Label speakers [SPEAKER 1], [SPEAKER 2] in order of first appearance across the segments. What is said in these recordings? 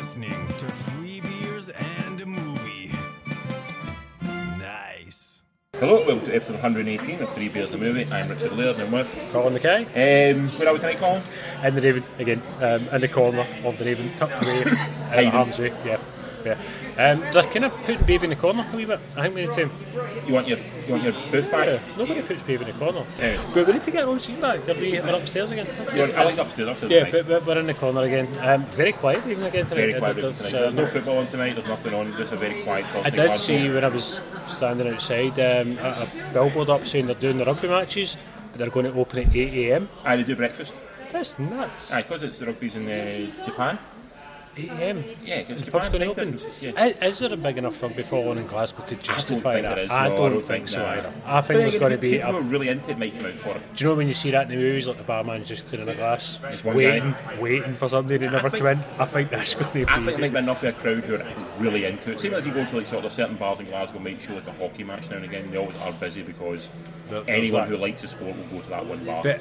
[SPEAKER 1] to free beers and a movie. Nice.
[SPEAKER 2] Hello, welcome to episode 118 of Three Bears a Movie. I'm Richard Laird and I'm with.
[SPEAKER 3] Colin McKay
[SPEAKER 2] Um, where are we tonight, Colin?
[SPEAKER 3] and the Raven again um, in the corner of the Raven, tucked away, out
[SPEAKER 2] Hiding.
[SPEAKER 3] of harm's way. Yeah, yeah. Um, just kind of put baby in the corner a wee bit. I think we need to.
[SPEAKER 2] You want your you want your booth
[SPEAKER 3] Yeah,
[SPEAKER 2] back?
[SPEAKER 3] nobody puts baby in the corner.
[SPEAKER 2] Yeah.
[SPEAKER 3] But we need to get our own scene back. They'll be- We're upstairs again.
[SPEAKER 2] You want, I like upstairs. Upstairs
[SPEAKER 3] Yeah,
[SPEAKER 2] is nice.
[SPEAKER 3] but, but we're in the corner again. Um, very quiet even again tonight.
[SPEAKER 2] very
[SPEAKER 3] I-
[SPEAKER 2] quiet room
[SPEAKER 3] there's,
[SPEAKER 2] tonight.
[SPEAKER 3] uh,
[SPEAKER 2] There's no football on tonight. There's nothing on. Just a very quiet.
[SPEAKER 3] I did see when I was standing outside um, a, a billboard up saying they're doing the rugby matches, but they're going to open at 8 a.m.
[SPEAKER 2] I do breakfast.
[SPEAKER 3] That's nuts.
[SPEAKER 2] Aye, because it's the rugby's in uh, Japan.
[SPEAKER 3] 8 a.m.
[SPEAKER 2] Yeah, because
[SPEAKER 3] The pub's
[SPEAKER 2] Japan
[SPEAKER 3] going to
[SPEAKER 2] time
[SPEAKER 3] open.
[SPEAKER 2] differences. Yeah.
[SPEAKER 3] Is, is there a big enough rugby following in Glasgow to justify
[SPEAKER 2] think
[SPEAKER 3] that?
[SPEAKER 2] there is,
[SPEAKER 3] I
[SPEAKER 2] no,
[SPEAKER 3] don't, think so
[SPEAKER 2] no.
[SPEAKER 3] either. I
[SPEAKER 2] But
[SPEAKER 3] think there's
[SPEAKER 2] again,
[SPEAKER 3] going to be.
[SPEAKER 2] People
[SPEAKER 3] A,
[SPEAKER 2] who are really into it might come out for it.
[SPEAKER 3] do you know when you see that in the movies, like the barman's just cleaning a glass, just
[SPEAKER 2] one
[SPEAKER 3] waiting,
[SPEAKER 2] guy.
[SPEAKER 3] waiting for somebody to never
[SPEAKER 2] think-
[SPEAKER 3] come in? I think that's going to be.
[SPEAKER 2] I think there might be enough of a crowd who are really into it. Same as if you go to like sort of certain bars in Glasgow, might show like a hockey match now and again. They always are busy because
[SPEAKER 3] There- there's
[SPEAKER 2] anyone
[SPEAKER 3] that.
[SPEAKER 2] who likes the sport will go to that one bar.
[SPEAKER 3] but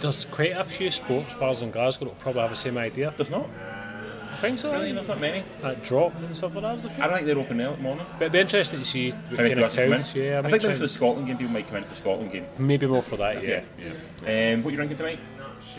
[SPEAKER 3] there's quite a few sports bars in Glasgow that'll probably have the same idea.
[SPEAKER 2] There's not.
[SPEAKER 3] I think so.
[SPEAKER 2] Really, there's not many.
[SPEAKER 3] That drop and stuff like that. There's a few.
[SPEAKER 2] I don't think they're open now at the moment.
[SPEAKER 3] But it'd be interesting to see what
[SPEAKER 2] I mean,
[SPEAKER 3] kind
[SPEAKER 2] people
[SPEAKER 3] of
[SPEAKER 2] have to come
[SPEAKER 3] crowds.
[SPEAKER 2] in.
[SPEAKER 3] Yeah, I'm
[SPEAKER 2] I think there's the
[SPEAKER 3] interested.
[SPEAKER 2] Scotland game. People might come in for the Scotland game.
[SPEAKER 3] maybe more for that. Yeah.
[SPEAKER 2] Um, what are you drinking tonight?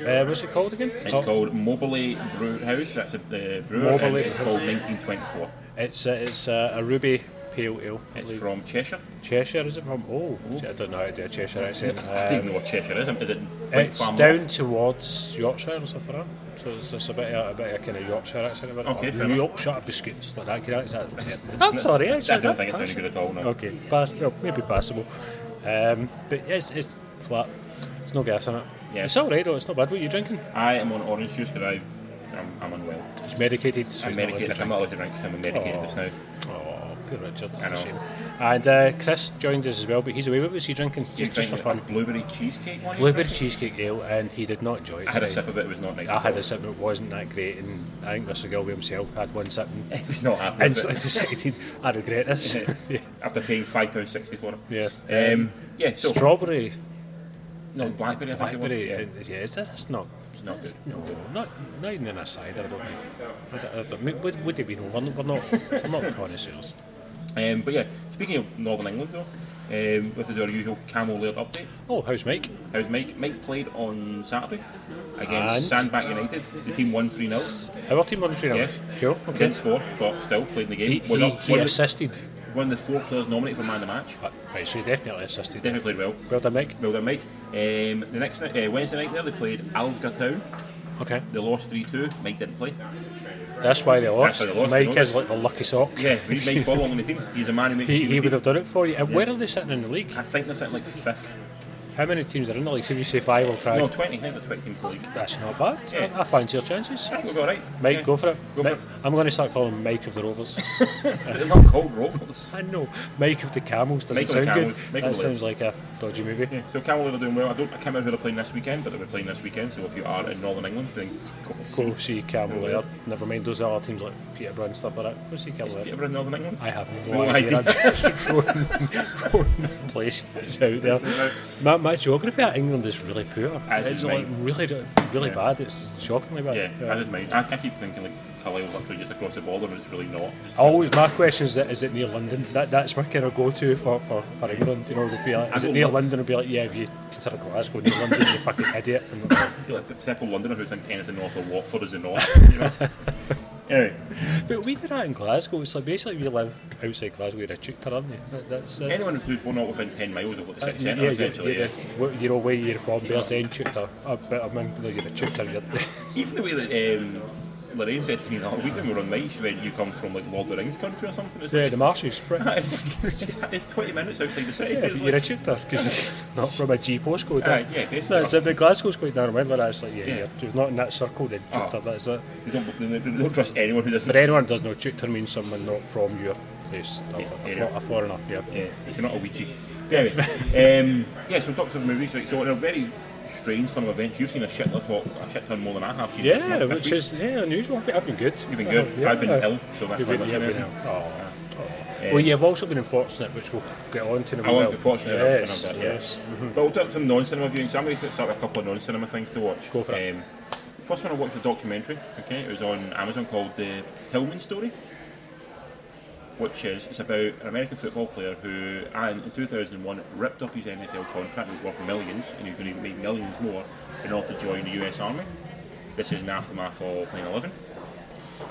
[SPEAKER 3] Uh, what's it called again?
[SPEAKER 2] It's
[SPEAKER 3] Oh,
[SPEAKER 2] called Mobley Brew House. That's a, the brewer. and
[SPEAKER 3] Mobley
[SPEAKER 2] it's
[SPEAKER 3] Brew
[SPEAKER 2] called 1924.
[SPEAKER 3] It's uh, it's uh, a ruby pale ale. I
[SPEAKER 2] It's
[SPEAKER 3] believe.
[SPEAKER 2] from Cheshire.
[SPEAKER 3] Cheshire is it from? Oh, see, I don't know how to do a Cheshire accent.
[SPEAKER 2] I don't even
[SPEAKER 3] Um,
[SPEAKER 2] know what Cheshire is. Is it like
[SPEAKER 3] it's
[SPEAKER 2] farm
[SPEAKER 3] down towards Yorkshire and stuff like that. So it's just a bit of, a bit of kind of Yorkshire accent about
[SPEAKER 2] Okay,
[SPEAKER 3] it.
[SPEAKER 2] fair
[SPEAKER 3] Or
[SPEAKER 2] enough.
[SPEAKER 3] Yorkshire biscuits like that. Kind of accent. I'm sorry, I
[SPEAKER 2] I
[SPEAKER 3] said
[SPEAKER 2] don't
[SPEAKER 3] that.
[SPEAKER 2] think it's any good at all. No.
[SPEAKER 3] Okay, pass, well, maybe passable. Um, but it's it's flat. It's no gas in it.
[SPEAKER 2] Yeah.
[SPEAKER 3] It's all right though. It's not bad. What are you drinking?
[SPEAKER 2] I am on orange juice because I've- I'm, I'm unwell.
[SPEAKER 3] It's medicated. So
[SPEAKER 2] I'm
[SPEAKER 3] it's not allowed to
[SPEAKER 2] medicated. I'm not allowed to
[SPEAKER 3] drink.
[SPEAKER 2] drink. I'm medicated
[SPEAKER 3] Aw.
[SPEAKER 2] just now.
[SPEAKER 3] Oh, poor Richard. It's
[SPEAKER 2] I
[SPEAKER 3] a
[SPEAKER 2] know.
[SPEAKER 3] shame. And uh, Chris joined us as well, but he's away. What was he drinking?
[SPEAKER 2] You're
[SPEAKER 3] Just, just for
[SPEAKER 2] drinking a
[SPEAKER 3] fun.
[SPEAKER 2] Blueberry cheesecake one.
[SPEAKER 3] Blueberry Ah. cheesecake ale, and he did not enjoy it.
[SPEAKER 2] I had a
[SPEAKER 3] today.
[SPEAKER 2] sip of it. It was not nice.
[SPEAKER 3] I
[SPEAKER 2] at
[SPEAKER 3] had
[SPEAKER 2] all.
[SPEAKER 3] a sip, and it wasn't that great. And I think Mr. Gilby himself had one sip and
[SPEAKER 2] It was not happy. with it.
[SPEAKER 3] instantly decided, I regret this. yeah.
[SPEAKER 2] after paying five pounds sixty for it.
[SPEAKER 3] Yeah.
[SPEAKER 2] Um, yeah. So
[SPEAKER 3] Strawberry,
[SPEAKER 2] no blackberry. I think it was.
[SPEAKER 3] blackberry,
[SPEAKER 2] Yeah.
[SPEAKER 3] yeah, yeah it's, that's not.
[SPEAKER 2] Not good.
[SPEAKER 3] No, not, not even in a cider, I don't think. I don't, I don't, mean, would, would it be no? We're not, we're not, we're not connoisseurs.
[SPEAKER 2] Um, but yeah, speaking of Northern England though, um, we have to do our usual camel laird update.
[SPEAKER 3] Oh, how's Mike?
[SPEAKER 2] How's Mike? Mike played on Saturday
[SPEAKER 3] And?
[SPEAKER 2] against Sandbank United. The team won three 0
[SPEAKER 3] Our team won 3
[SPEAKER 2] Yes.
[SPEAKER 3] Cool, okay.
[SPEAKER 2] Didn't score, but still played in the game.
[SPEAKER 3] He,
[SPEAKER 2] was
[SPEAKER 3] he,
[SPEAKER 2] up-
[SPEAKER 3] he
[SPEAKER 2] one, of the,
[SPEAKER 3] assisted.
[SPEAKER 2] one of the four players nominated for man of the match.
[SPEAKER 3] Right, so he definitely assisted.
[SPEAKER 2] Definitely played well.
[SPEAKER 3] Well done, Mike.
[SPEAKER 2] Well done, Mike. Um, the next night, uh, Wednesday night there, they played Alsgar Town.
[SPEAKER 3] Okay.
[SPEAKER 2] They lost three two. Mike didn't play.
[SPEAKER 3] That's why they lost.
[SPEAKER 2] why they lost,
[SPEAKER 3] Mike
[SPEAKER 2] they
[SPEAKER 3] is
[SPEAKER 2] lost.
[SPEAKER 3] like the lucky sock.
[SPEAKER 2] Yeah, we need Mike Furlong on the team. He's a man who makes the
[SPEAKER 3] He,
[SPEAKER 2] team
[SPEAKER 3] he
[SPEAKER 2] team.
[SPEAKER 3] would have done it for you. And where are they sitting in the league?
[SPEAKER 2] I think they're sitting like fifth.
[SPEAKER 3] How many teams are in the league? So if you say five, I'll cry.
[SPEAKER 2] No, 20. I think they're 20 teams in the league.
[SPEAKER 3] That's not bad.
[SPEAKER 2] Yeah.
[SPEAKER 3] I, I fancy your chances.
[SPEAKER 2] I think we'll be alright.
[SPEAKER 3] Mike,
[SPEAKER 2] Yeah.
[SPEAKER 3] go for it.
[SPEAKER 2] Go
[SPEAKER 3] Mi-
[SPEAKER 2] for it.
[SPEAKER 3] I'm going to start calling him Mike of the Rovers.
[SPEAKER 2] They're not called Rovers.
[SPEAKER 3] I know. Mike of the Camels doesn't
[SPEAKER 2] Mike of the
[SPEAKER 3] sound
[SPEAKER 2] Camels,
[SPEAKER 3] good.
[SPEAKER 2] Mike
[SPEAKER 3] that
[SPEAKER 2] of the
[SPEAKER 3] sounds like a dodgy movie.
[SPEAKER 2] So Camel are doing well. I don't. I can't remember who they're playing this weekend, but they're playing this weekend. So if you are in Northern England, then go and see.
[SPEAKER 3] Go see Camel
[SPEAKER 2] Yeah.
[SPEAKER 3] there. Never mind those other teams like Peterborough and stuff like that. Go see Camel there.
[SPEAKER 2] Peterborough in Northern England.
[SPEAKER 3] I have no,
[SPEAKER 2] No
[SPEAKER 3] idea.
[SPEAKER 2] idea.
[SPEAKER 3] I'm just throwing, throwing places out there. My, my geography at England is really poor.
[SPEAKER 2] As
[SPEAKER 3] it's
[SPEAKER 2] is
[SPEAKER 3] like
[SPEAKER 2] mine.
[SPEAKER 3] really, really
[SPEAKER 2] Yeah.
[SPEAKER 3] bad. It's shockingly bad. Uh,
[SPEAKER 2] Yeah,
[SPEAKER 3] Yeah.
[SPEAKER 2] I did mine. I, I keep thinking like Carlisle's literally just across the border, and it's really not. Just-
[SPEAKER 3] I Always, my question is, that, is it near London? That, that's my kind of go-to for, for, for England. You know, it'll be like, is
[SPEAKER 2] don't
[SPEAKER 3] it near
[SPEAKER 2] know.
[SPEAKER 3] London? It'll be like, yeah, if you consider Glasgow near London, you fucking idiot. And I'm like,
[SPEAKER 2] You're like the typical Londoner who thinks anything north of Watford is the north. You know? anyway,
[SPEAKER 3] but we did that in Glasgow. It's like basically we live outside Glasgow. You're a chukter, aren't you? That, that's uh,
[SPEAKER 2] anyone who's not within ten miles of what the
[SPEAKER 3] Uh,
[SPEAKER 2] city
[SPEAKER 3] yeah,
[SPEAKER 2] centre,
[SPEAKER 3] yeah,
[SPEAKER 2] essentially.
[SPEAKER 3] yeah,
[SPEAKER 2] yeah.
[SPEAKER 3] yeah. You know where you're from, where's the end tutor? I bet I'm in, no, you're a tutor, you're
[SPEAKER 2] Even the way that um, Lorraine said to me that week when we were on Mice, when you come from like Lord of the Rings country or something, it's
[SPEAKER 3] yeah,
[SPEAKER 2] like,
[SPEAKER 3] the marshes, right?
[SPEAKER 2] it's, like it's, it's 20 minutes outside the city.
[SPEAKER 3] Yeah,
[SPEAKER 2] it's
[SPEAKER 3] but you're a
[SPEAKER 2] like,
[SPEAKER 3] tutor because you're not from a G postcode.
[SPEAKER 2] Aye, yeah, basically.
[SPEAKER 3] That's it, but Glasgow's quite narrow minded. That's like, yeah,
[SPEAKER 2] Yeah.
[SPEAKER 3] yeah. It's not in that circle, then
[SPEAKER 2] Oh.
[SPEAKER 3] tutor, that's it.
[SPEAKER 2] they, don't, they don't- they don't trust anyone who doesn't.
[SPEAKER 3] But anyone does know tutor means someone not from your place, a,
[SPEAKER 2] Yeah,
[SPEAKER 3] a,
[SPEAKER 2] yeah.
[SPEAKER 3] fo- a foreigner, yeah.
[SPEAKER 2] Yeah, you're not a Ouija. Anyway, um, yeah, so we talked about movies. Like, so in a very strange turn of events, you've seen a shit, lot, a shit ton more than I have seen this month.
[SPEAKER 3] Yeah,
[SPEAKER 2] this
[SPEAKER 3] which
[SPEAKER 2] week.
[SPEAKER 3] is yeah, unusual. I've been- I've been good.
[SPEAKER 2] You've been good.
[SPEAKER 3] Uh, yeah.
[SPEAKER 2] I've been ill, so that's
[SPEAKER 3] You've
[SPEAKER 2] why
[SPEAKER 3] been,
[SPEAKER 2] I'm
[SPEAKER 3] you've
[SPEAKER 2] not
[SPEAKER 3] been ill.
[SPEAKER 2] saying
[SPEAKER 3] Oh. Well, you've also been unfortunate, which we'll get on to in a
[SPEAKER 2] I
[SPEAKER 3] wee
[SPEAKER 2] won't
[SPEAKER 3] while.
[SPEAKER 2] be fortunate
[SPEAKER 3] yes, Mm-hmm.
[SPEAKER 2] enough to have that, yeah.
[SPEAKER 3] yes.
[SPEAKER 2] But we'll talk some non cinema viewing, so I'm going to start with a couple of non cinema things to watch.
[SPEAKER 3] Go for it.
[SPEAKER 2] Um, First one I watched a documentary. Okay, it was on Amazon called the Tillman Story, which is it's about an American football player who, uh, in 2001, ripped up his NFL contract. It was worth millions, and he's going to make millions more in order to join the U.S. Army. This is an aftermath of 9/11.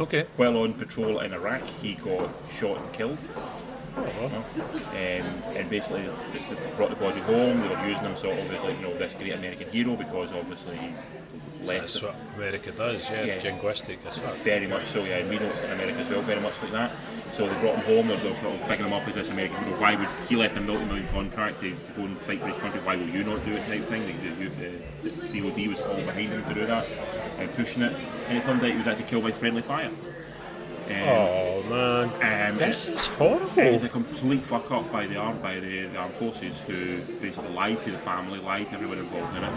[SPEAKER 3] Okay.
[SPEAKER 2] While on patrol in Iraq, he got shot and killed.
[SPEAKER 3] Oh,
[SPEAKER 2] Um, and basically, they, they brought the body home. They were using him sort of as like you know this great American hero because obviously he left.
[SPEAKER 3] That's what America does, yeah.
[SPEAKER 2] Yeah.
[SPEAKER 3] Jinguistic as well.
[SPEAKER 2] Very much so, yeah. And we know it's in America as well, very much like that. So they brought him home. They're, they're sort of picking him up as this American hero. Why would he left a multi-million contract to, to go and fight for his country? Why will you not do it? Type thing. The, the, the DOD was all behind him to do that and pushing it. And it turned out he was actually killed by friendly fire. Um,
[SPEAKER 3] Oh man,
[SPEAKER 2] Um,
[SPEAKER 3] this is
[SPEAKER 2] It was
[SPEAKER 3] horrible.
[SPEAKER 2] a complete fuck up by the arm by the, the armed forces who basically lied to the family, lied to everyone involved in it.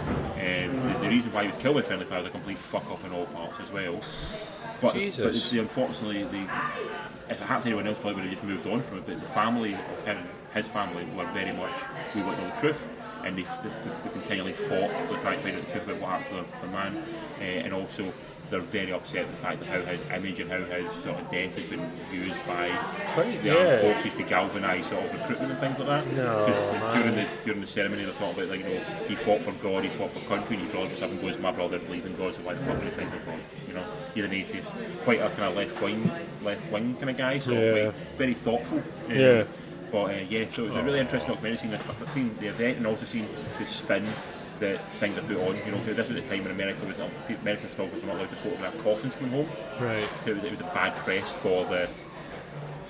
[SPEAKER 2] Um, the, the reason why he was killed by friendly fire was a complete fuck up in all parts as well. But, but
[SPEAKER 3] Jesus.
[SPEAKER 2] the, unfortunately, the, if it happened to anyone else, probably would have just moved on from it. But the family of him, his family, were very much we want to know the truth, and they, they, they continually fought for trying to find out the truth about what happened to their, their man, uh, and also. They're very upset at the fact that how his image and how his sort of death has been used by
[SPEAKER 3] Quite,
[SPEAKER 2] the armed
[SPEAKER 3] yeah.
[SPEAKER 2] forces to galvanise sort of recruitment and things like that.
[SPEAKER 3] No, man.
[SPEAKER 2] Because during the during the ceremony they talk about like you know he fought for God, he fought for country, and your brother was having goes my brother believed in God, so why the fuck would he think of God? You know, you're an atheist, quite a kind of left wing left wing kind of guy, so
[SPEAKER 3] Yeah.
[SPEAKER 2] quite- very thoughtful. um,
[SPEAKER 3] Yeah.
[SPEAKER 2] But uh, yeah, so it was a really interesting documentary seeing, this, seeing the event and also seeing the spin that things are put on. You know, 'cause this was the time when America was not, American photographers were not allowed to photograph coffins coming home.
[SPEAKER 3] Right,
[SPEAKER 2] It was, it was a bad press for the,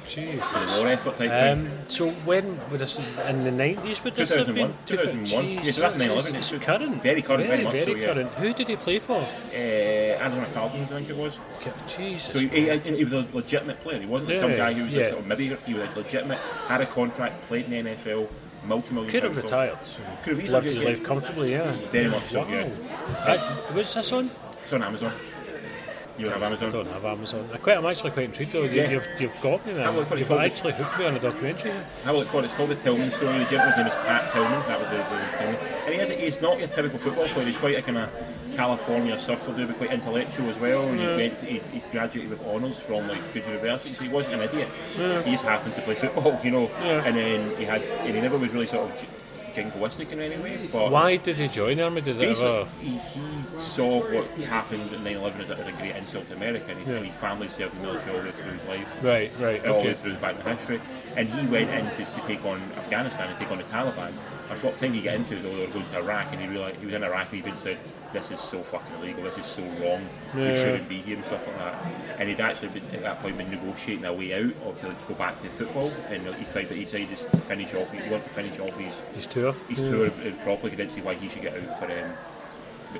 [SPEAKER 2] for the
[SPEAKER 3] jeez.
[SPEAKER 2] war effort type thing.
[SPEAKER 3] Um, so when would this in the nineties would this have been?
[SPEAKER 2] 2001. 2001. Yeah, so that's 9/11.
[SPEAKER 3] It's,
[SPEAKER 2] It's
[SPEAKER 3] current.
[SPEAKER 2] very current,
[SPEAKER 3] Very,
[SPEAKER 2] very much
[SPEAKER 3] very
[SPEAKER 2] so, yeah.
[SPEAKER 3] current. Who did he play for?
[SPEAKER 2] uh, Andrew McCartan, I think it was.
[SPEAKER 3] G- Jesus.
[SPEAKER 2] So he, he, he was a legitimate player. He wasn't like some
[SPEAKER 3] Yeah,
[SPEAKER 2] guy who was
[SPEAKER 3] yeah.
[SPEAKER 2] like sort of maybe he was a legitimate, had a contract, played in the NFL, multi-million.
[SPEAKER 3] could have
[SPEAKER 2] pound-
[SPEAKER 3] retired.
[SPEAKER 2] Could have easily
[SPEAKER 3] Lived his
[SPEAKER 2] yeah.
[SPEAKER 3] life comfortably. Yeah.
[SPEAKER 2] Very much so. Yeah.
[SPEAKER 3] That- what's this on?
[SPEAKER 2] It's on Amazon. You have
[SPEAKER 3] I
[SPEAKER 2] Amazon.
[SPEAKER 3] don't have Amazon. I quite, I'm actually quite intrigued though. You,
[SPEAKER 2] Yeah.
[SPEAKER 3] You've, you've got me,
[SPEAKER 2] Have a
[SPEAKER 3] man.
[SPEAKER 2] look for the
[SPEAKER 3] You've
[SPEAKER 2] copy.
[SPEAKER 3] actually hooked me on a documentary.
[SPEAKER 2] Have a look for it. It's called the Tillman story. The gentleman's name is Pat Tillman. That was the, the thing. And he is, he's not your typical football player. He's quite a kind of California surfer dude, but quite intellectual as well. And he, went, he, he graduated with honours from like good universities. He wasn't an idiot. He just happened to play football, you know.
[SPEAKER 3] Yeah.
[SPEAKER 2] And then he had, and he never was really sort of j- jingoistic in any way. But
[SPEAKER 3] Why did he join the army? Did it
[SPEAKER 2] Basically,
[SPEAKER 3] ever?
[SPEAKER 2] he, he saw what happened in 9/11 as a, as a great insult to America, and his, and his family served in the military all the way through his life
[SPEAKER 3] Right, right,
[SPEAKER 2] all the way
[SPEAKER 3] okay.
[SPEAKER 2] through the back of history. And he went in to, to take on Afghanistan and take on the Taliban. And what time he got into it, though, they were going to Iraq, and he realized he was in Iraq, and he even said, "This is so fucking illegal. This is so wrong. We
[SPEAKER 3] Yeah.
[SPEAKER 2] shouldn't be here and stuff like that." And he'd actually been, at that point been negotiating a way out or to, to go back to football. And he said that he said just to finish off, he wanted to finish off his
[SPEAKER 3] His tour.
[SPEAKER 2] his
[SPEAKER 3] Yeah.
[SPEAKER 2] tour uh, properly. He didn't see why he should get out for um,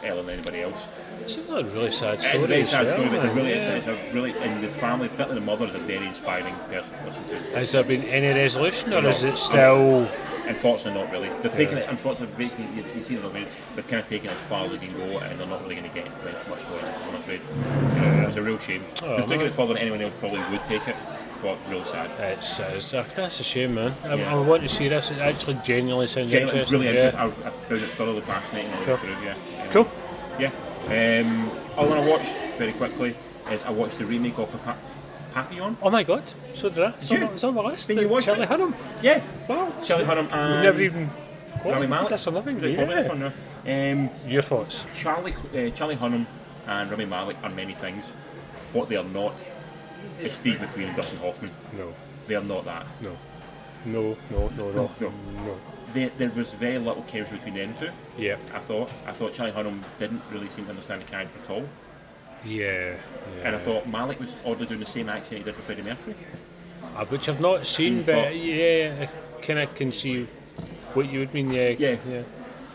[SPEAKER 2] Ellen than anybody else.
[SPEAKER 3] It's a really sad
[SPEAKER 2] It's
[SPEAKER 3] story.
[SPEAKER 2] a very
[SPEAKER 3] as
[SPEAKER 2] sad
[SPEAKER 3] well,
[SPEAKER 2] story, but it's a
[SPEAKER 3] man.
[SPEAKER 2] really,
[SPEAKER 3] Yeah.
[SPEAKER 2] it's, a, it's a really, and the family, particularly the mother, is a very inspiring person to listen to.
[SPEAKER 3] Has there been any resolution, or
[SPEAKER 2] No.
[SPEAKER 3] is it still?
[SPEAKER 2] Unfortunately, not really. They've taken it. Unfortunately, basically, you, you see them. They've kind of taken it as far as they can go, and they're not really going to get like, much more. I'm afraid. Uh, it's a real shame.
[SPEAKER 3] Oh,
[SPEAKER 2] they've taken
[SPEAKER 3] no.
[SPEAKER 2] it further than anyone else probably would take it, but real sad.
[SPEAKER 3] It's, it's uh, that's a shame, man. I,
[SPEAKER 2] Yeah.
[SPEAKER 3] I want to see this. It actually genuinely sounds
[SPEAKER 2] Yeah, it's
[SPEAKER 3] interesting.
[SPEAKER 2] really
[SPEAKER 3] yeah.
[SPEAKER 2] interesting. I, I found it thoroughly fascinating. all the way
[SPEAKER 3] Cool.
[SPEAKER 2] through, Yeah. Yeah.
[SPEAKER 3] Cool.
[SPEAKER 2] Yeah. Um, all I watched very quickly is I watched the remake of Papa- Papillon.
[SPEAKER 3] Oh my god! So did I? It's on
[SPEAKER 2] you?
[SPEAKER 3] my- it's on my list.
[SPEAKER 2] Then you watched
[SPEAKER 3] Charlie
[SPEAKER 2] it?
[SPEAKER 3] Hunnam.
[SPEAKER 2] Yeah.
[SPEAKER 3] Wow.
[SPEAKER 2] Charlie Hunnam and
[SPEAKER 3] We've never even.
[SPEAKER 2] Rami Malek.
[SPEAKER 3] That's another thing.
[SPEAKER 2] Did they call it this
[SPEAKER 3] Yeah.
[SPEAKER 2] one, no? Um,
[SPEAKER 3] Your thoughts?
[SPEAKER 2] Charlie uh, Charlie Hunnam and Rami Malek are many things. What they are not is Steve McQueen and Dustin Hoffman.
[SPEAKER 3] No.
[SPEAKER 2] They are not that.
[SPEAKER 3] No. No, no, no, no.
[SPEAKER 2] No.
[SPEAKER 3] No.
[SPEAKER 2] They, there was very little chemistry between them two.
[SPEAKER 3] Yeah.
[SPEAKER 2] I thought I thought Charlie Hunnam didn't really seem to understand the character at all,
[SPEAKER 3] Yeah.
[SPEAKER 2] and I thought Malik was oddly doing the same accent he did for Freddie Mercury.
[SPEAKER 3] Uh, Which I've not seen,
[SPEAKER 2] But-
[SPEAKER 3] but yeah, I kind of can see what you would mean. Yeah.
[SPEAKER 2] Yeah.
[SPEAKER 3] yeah.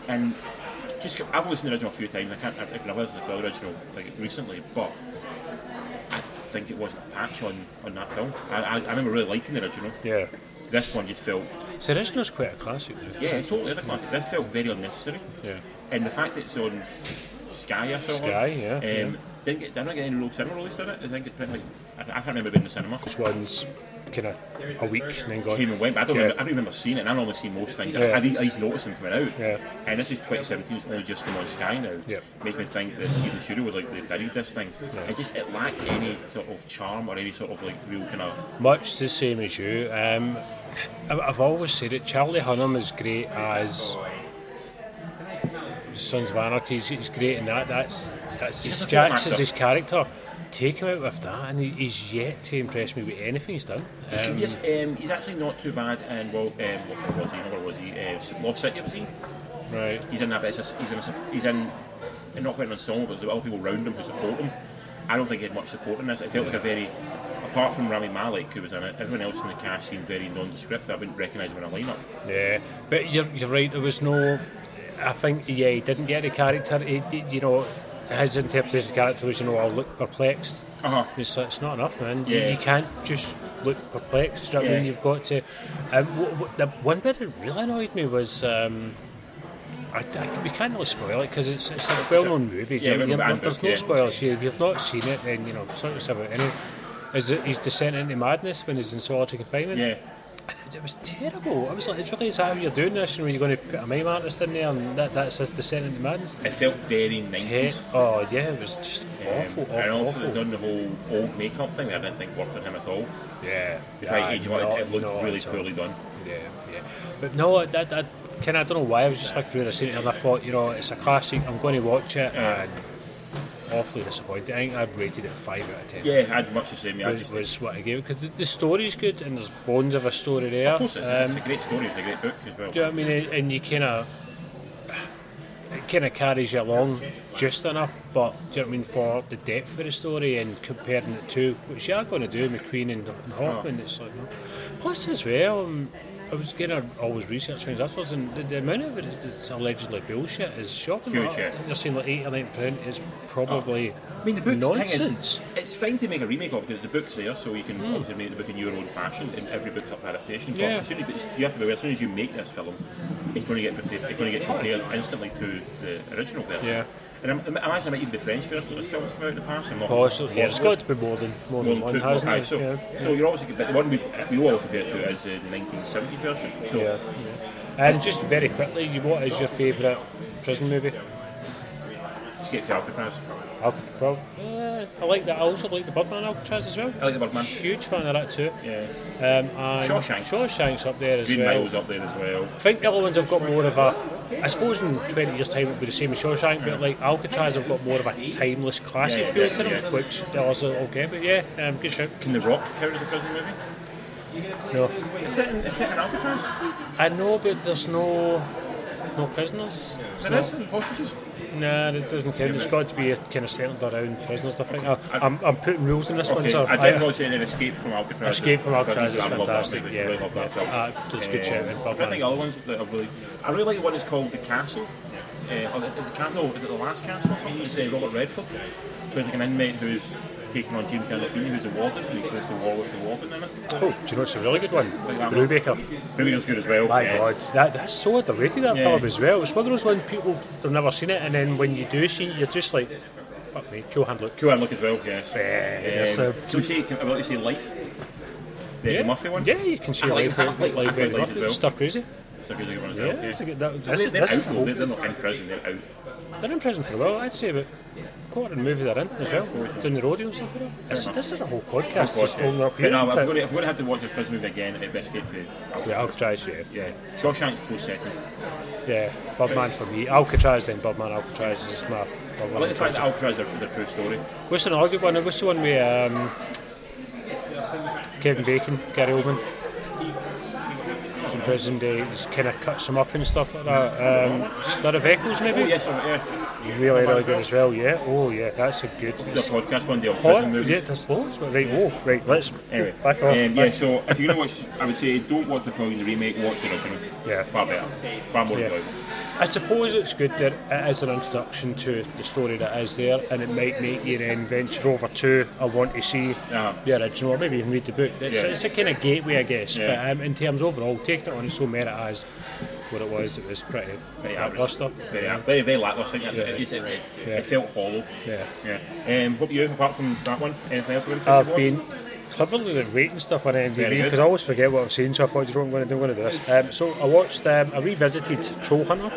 [SPEAKER 2] And just I've listened to the original a few times. I can't. I, I have listened to the original like recently, but I think it was a patch on, on that film. I, I, I remember really liking the original.
[SPEAKER 3] Yeah.
[SPEAKER 2] This one just felt
[SPEAKER 3] So this one's quite a classic. Though.
[SPEAKER 2] yeah, it's totally other classic. This felt very unnecessary.
[SPEAKER 3] Yeah.
[SPEAKER 2] And the fact that it's on Sky or something.
[SPEAKER 3] Sky, yeah,
[SPEAKER 2] Um,
[SPEAKER 3] yeah.
[SPEAKER 2] Didn't get, did I not get any local cinema release, did it? I think it went like, I, I can't remember being in the cinema.
[SPEAKER 3] This one's kind of a week and then gone.
[SPEAKER 2] Came and went, but I don't,
[SPEAKER 3] Yeah.
[SPEAKER 2] remember, I don't remember seeing it, and I normally see most things. I,
[SPEAKER 3] Yeah.
[SPEAKER 2] I, at least notice them coming out.
[SPEAKER 3] Yeah.
[SPEAKER 2] And this is 2017, it's only just come on Sky now.
[SPEAKER 3] Yeah.
[SPEAKER 2] Makes me think that even Studio was like, they buried this thing. It just, it lacked any sort of charm or any sort of like real kind of,
[SPEAKER 3] Much the same as you. Um, I- I've always said it. Charlie Hunnam is great as Sons of Anarchy. He's, he's great in that. That's that's
[SPEAKER 2] He's just a film
[SPEAKER 3] Jax is
[SPEAKER 2] actor.
[SPEAKER 3] his character. Take him out with that, and he, he's yet to impress me with anything he's done. Um,
[SPEAKER 2] yes, um, he's actually not too bad in, well, um, what was he, where was he, uh, Lost City, was he?
[SPEAKER 3] right.
[SPEAKER 2] he's in that bit. It's a, he's in, a, su- he's in and not quite an ensemble, but there's other people around him who support him. I don't think he had much support in this. It felt like a very, apart from Rami Malik who was in it, everyone else in the cast seemed very nondescript. I wouldn't recognise him in a lineup.
[SPEAKER 3] Yeah, but you're, you're right. There was no. I think yeah, he didn't get the character. He, did- you know, his interpretation of the character was you know I look perplexed.
[SPEAKER 2] Uh-huh.
[SPEAKER 3] It's, it's not enough, man. You-
[SPEAKER 2] Yeah.
[SPEAKER 3] You, can't just look perplexed. Do you know what I mean?
[SPEAKER 2] Yeah.
[SPEAKER 3] You've got to. Um, w- w- the one bit that really annoyed me was. Um, I, I, we can't really spoil it because it's, it's a well-known movie. do you
[SPEAKER 2] yeah,
[SPEAKER 3] know what I mean?
[SPEAKER 2] well-known
[SPEAKER 3] There's
[SPEAKER 2] book,
[SPEAKER 3] no
[SPEAKER 2] yeah.
[SPEAKER 3] spoilers here. If you've not seen it, then you know sort yourself out. Anyway, is it his descent into madness when he's in solitary confinement?
[SPEAKER 2] Yeah,
[SPEAKER 3] It was terrible. I was like, it's really is that how you're doing this? And were you going to put a mime artist in there? And that, that's his descent into madness.
[SPEAKER 2] it felt very 90s.
[SPEAKER 3] Oh yeah, it was just
[SPEAKER 2] Um,
[SPEAKER 3] awful, awful,
[SPEAKER 2] and also
[SPEAKER 3] awful.
[SPEAKER 2] they've done the whole old makeup thing that I didn't think worked on him at all.
[SPEAKER 3] yeah,
[SPEAKER 2] It's like, age
[SPEAKER 3] no,
[SPEAKER 2] it looked
[SPEAKER 3] no,
[SPEAKER 2] really
[SPEAKER 3] it's all-
[SPEAKER 2] poorly done.
[SPEAKER 3] Yeah, yeah. But no, that that kind of I don't know why I was just like through the scene and I thought, you know, it's a classic. I'm going to watch it and awfully disappointed. I think I rated it five out of ten.
[SPEAKER 2] Yeah, I had much the same. Yeah, I
[SPEAKER 3] Was,
[SPEAKER 2] just,
[SPEAKER 3] was what I gave because the, the story's good and there's bones of a story there.
[SPEAKER 2] of course, it's, it's
[SPEAKER 3] Um,
[SPEAKER 2] a great story. It's a great book as well.
[SPEAKER 3] Do you know what I mean? And- And you kind of it kind of carries you along just enough, but do you know what I mean for the depth of the story and comparing it to which you are going to do McQueen and, and
[SPEAKER 2] Oh.
[SPEAKER 3] Hoffman. It's like no. plus as well. Um, I was getting always research things afterwards, and the, the amount of it that's allegedly bullshit is shocking.
[SPEAKER 2] Huge,
[SPEAKER 3] I-
[SPEAKER 2] yeah. Oh.
[SPEAKER 3] I think You're saying like eight or nine percent is probably
[SPEAKER 2] I mean, the book
[SPEAKER 3] nonsense.
[SPEAKER 2] Thing is, it's fine to make a remake of it because the book's there, so you can obviously make the book in your own fashion, and every book's up for adaptation. But
[SPEAKER 3] Yeah.
[SPEAKER 2] as soon as, it's- you have to be aware, as soon as you make this film, it's going to get prepared, it's going to get compared instantly to the original version.
[SPEAKER 3] Yeah.
[SPEAKER 2] And I'm, I'm- I imagine I might even the French version of this film's come out in the past. I'm not
[SPEAKER 3] Possibly, yeah, Oh, it's
[SPEAKER 2] possible.
[SPEAKER 3] got to be more than more
[SPEAKER 2] Well,
[SPEAKER 3] than one,
[SPEAKER 2] two- well,
[SPEAKER 3] hasn't
[SPEAKER 2] aye,
[SPEAKER 3] it?
[SPEAKER 2] So,
[SPEAKER 3] Yeah.
[SPEAKER 2] so you're obviously, but the one we, we all compare to is uh, the 1970 version. So
[SPEAKER 3] Yeah. And just very quickly, you- what is your favourite prison movie?
[SPEAKER 2] Escape from Alcatraz.
[SPEAKER 3] Alcatraz. Uh, I like that. I also like the Birdman Alcatraz as well.
[SPEAKER 2] I like the Birdman.
[SPEAKER 3] Huge fan of that too.
[SPEAKER 2] Yeah.
[SPEAKER 3] Um, and
[SPEAKER 2] Shawshank.
[SPEAKER 3] Shawshank's up there as
[SPEAKER 2] Green
[SPEAKER 3] well.
[SPEAKER 2] Mile's up there as well.
[SPEAKER 3] I think the other ones have got more of a. I suppose in 20 years' time it would be the same as Shawshank, but like Alcatraz have got more of a timeless classic
[SPEAKER 2] Yeah,
[SPEAKER 3] feel
[SPEAKER 2] yeah,
[SPEAKER 3] to them,
[SPEAKER 2] yeah.
[SPEAKER 3] which they also okay. But yeah, um, good shout.
[SPEAKER 2] Can The Rock count as a prison movie?
[SPEAKER 3] No.
[SPEAKER 2] Is it in, is it in Alcatraz?
[SPEAKER 3] I know, but there's no no prisoners.
[SPEAKER 2] Is it this in Hostages?
[SPEAKER 3] Nah, it doesn't count. It's got to be a kind of centred around prisoners. I think I, I'm, I'm putting rules in this one,
[SPEAKER 2] Okay,
[SPEAKER 3] so
[SPEAKER 2] I did watch it in Escape from Alcatraz.
[SPEAKER 3] Escape from Alcatraz is
[SPEAKER 2] I love that
[SPEAKER 3] fantastic,
[SPEAKER 2] movie,
[SPEAKER 3] yeah.
[SPEAKER 2] really love that film.
[SPEAKER 3] Uh, it's good shit, and Bob
[SPEAKER 2] I think the other ones that I really, I really like the one that's called The Castle. Uh, or the, the Castle, is it The Last Castle or something? It's uh, Robert Redford. So it's like an inmate who's taking on James Gandolfini, who's a warden, and he goes to war with the warden in it.
[SPEAKER 3] Oh, do you know it's a really good one?
[SPEAKER 2] that one.
[SPEAKER 3] Brubaker.
[SPEAKER 2] Ruby's good as well.
[SPEAKER 3] My
[SPEAKER 2] yeah.
[SPEAKER 3] God, that, that's so underrated, that
[SPEAKER 2] Yeah.
[SPEAKER 3] film as well. It's one of those ones people, they've never seen it, and then when you do see it, you're just like, fuck me, cool hand look.
[SPEAKER 2] Cool and look as well, yes.
[SPEAKER 3] Yeah, yes,
[SPEAKER 2] um,
[SPEAKER 3] uh,
[SPEAKER 2] so we say, can, about to say Life. The, the Murphy one?
[SPEAKER 3] Yeah, you can see
[SPEAKER 2] I like
[SPEAKER 3] life,
[SPEAKER 2] that, I
[SPEAKER 3] life,
[SPEAKER 2] like
[SPEAKER 3] life,
[SPEAKER 2] that, I
[SPEAKER 3] very
[SPEAKER 2] like it
[SPEAKER 3] rough.
[SPEAKER 2] as well.
[SPEAKER 3] It's stuff crazy.
[SPEAKER 2] It's a really good one as
[SPEAKER 3] Yeah,
[SPEAKER 2] well.
[SPEAKER 3] that's a good, that,
[SPEAKER 2] I
[SPEAKER 3] that's,
[SPEAKER 2] mean, they're
[SPEAKER 3] that's
[SPEAKER 2] out
[SPEAKER 3] a
[SPEAKER 2] though,
[SPEAKER 3] whole,
[SPEAKER 2] they're, they're not in prison, they're out.
[SPEAKER 3] they're in prison for a while, I'd say, but quarter of the movie they're in as well, doing the rodeo and stuff like that. This,
[SPEAKER 2] enough.
[SPEAKER 3] this is a whole podcast
[SPEAKER 2] Watch
[SPEAKER 3] just
[SPEAKER 2] it.
[SPEAKER 3] going up here.
[SPEAKER 2] But no,
[SPEAKER 3] isn't
[SPEAKER 2] I'm
[SPEAKER 3] it?
[SPEAKER 2] going, to, I'm going to have to watch the prison movie again at Best Escape for
[SPEAKER 3] Yeah, Alcatraz, yeah.
[SPEAKER 2] Yeah, Shawshank's close second.
[SPEAKER 3] Yeah, Birdman for me. Alcatraz then, Birdman Alcatraz is my
[SPEAKER 2] I
[SPEAKER 3] Birdman.
[SPEAKER 2] like the fact
[SPEAKER 3] Alcatraz.
[SPEAKER 2] that Alcatraz is a true story.
[SPEAKER 3] What's another good one? What's the one with um, Kevin Bacon, Gary Oldman? In prison days, kind of cuts him up and stuff like that. Um, Stir of Echoes, maybe?
[SPEAKER 2] Oh, yes, yeah.
[SPEAKER 3] Really, really good as well, yeah. Oh, yeah, that's a good.
[SPEAKER 2] The podcast one day on
[SPEAKER 3] Horror,
[SPEAKER 2] prison movies.
[SPEAKER 3] yeah, there's loads, but right, oh, right, let's
[SPEAKER 2] Anyway,
[SPEAKER 3] back on.
[SPEAKER 2] um, yeah, so if you're going to watch, I would say don't watch the Napoleon remake, watch the original.
[SPEAKER 3] Yeah.
[SPEAKER 2] Far better. Far more
[SPEAKER 3] Yeah.
[SPEAKER 2] enjoyable.
[SPEAKER 3] I suppose it's good that it is an introduction to the story that is there, and it might make you then venture over to I want to see
[SPEAKER 2] Uh-huh.
[SPEAKER 3] the original, or maybe even read the book. It's,
[SPEAKER 2] Yeah.
[SPEAKER 3] it's a kind of gateway, I guess.
[SPEAKER 2] Yeah.
[SPEAKER 3] But um, in terms overall, taking it on its own merit as what it was, it was pretty,
[SPEAKER 2] Very
[SPEAKER 3] pretty
[SPEAKER 2] average.
[SPEAKER 3] lackluster.
[SPEAKER 2] Very, very, very lacklustre. Yeah. It, it, it,
[SPEAKER 3] Yeah.
[SPEAKER 2] it felt hollow.
[SPEAKER 3] Yeah.
[SPEAKER 2] yeah. Um, what about you, apart from that one? Anything else you want to
[SPEAKER 3] I've been cleverly like, rating stuff on
[SPEAKER 2] Very
[SPEAKER 3] MTV
[SPEAKER 2] good.
[SPEAKER 3] because I always forget what I've seen, so I thought, you know, what, I'm going to do, I'm going to do this. Um, so I watched, um, I revisited Troll Hunter.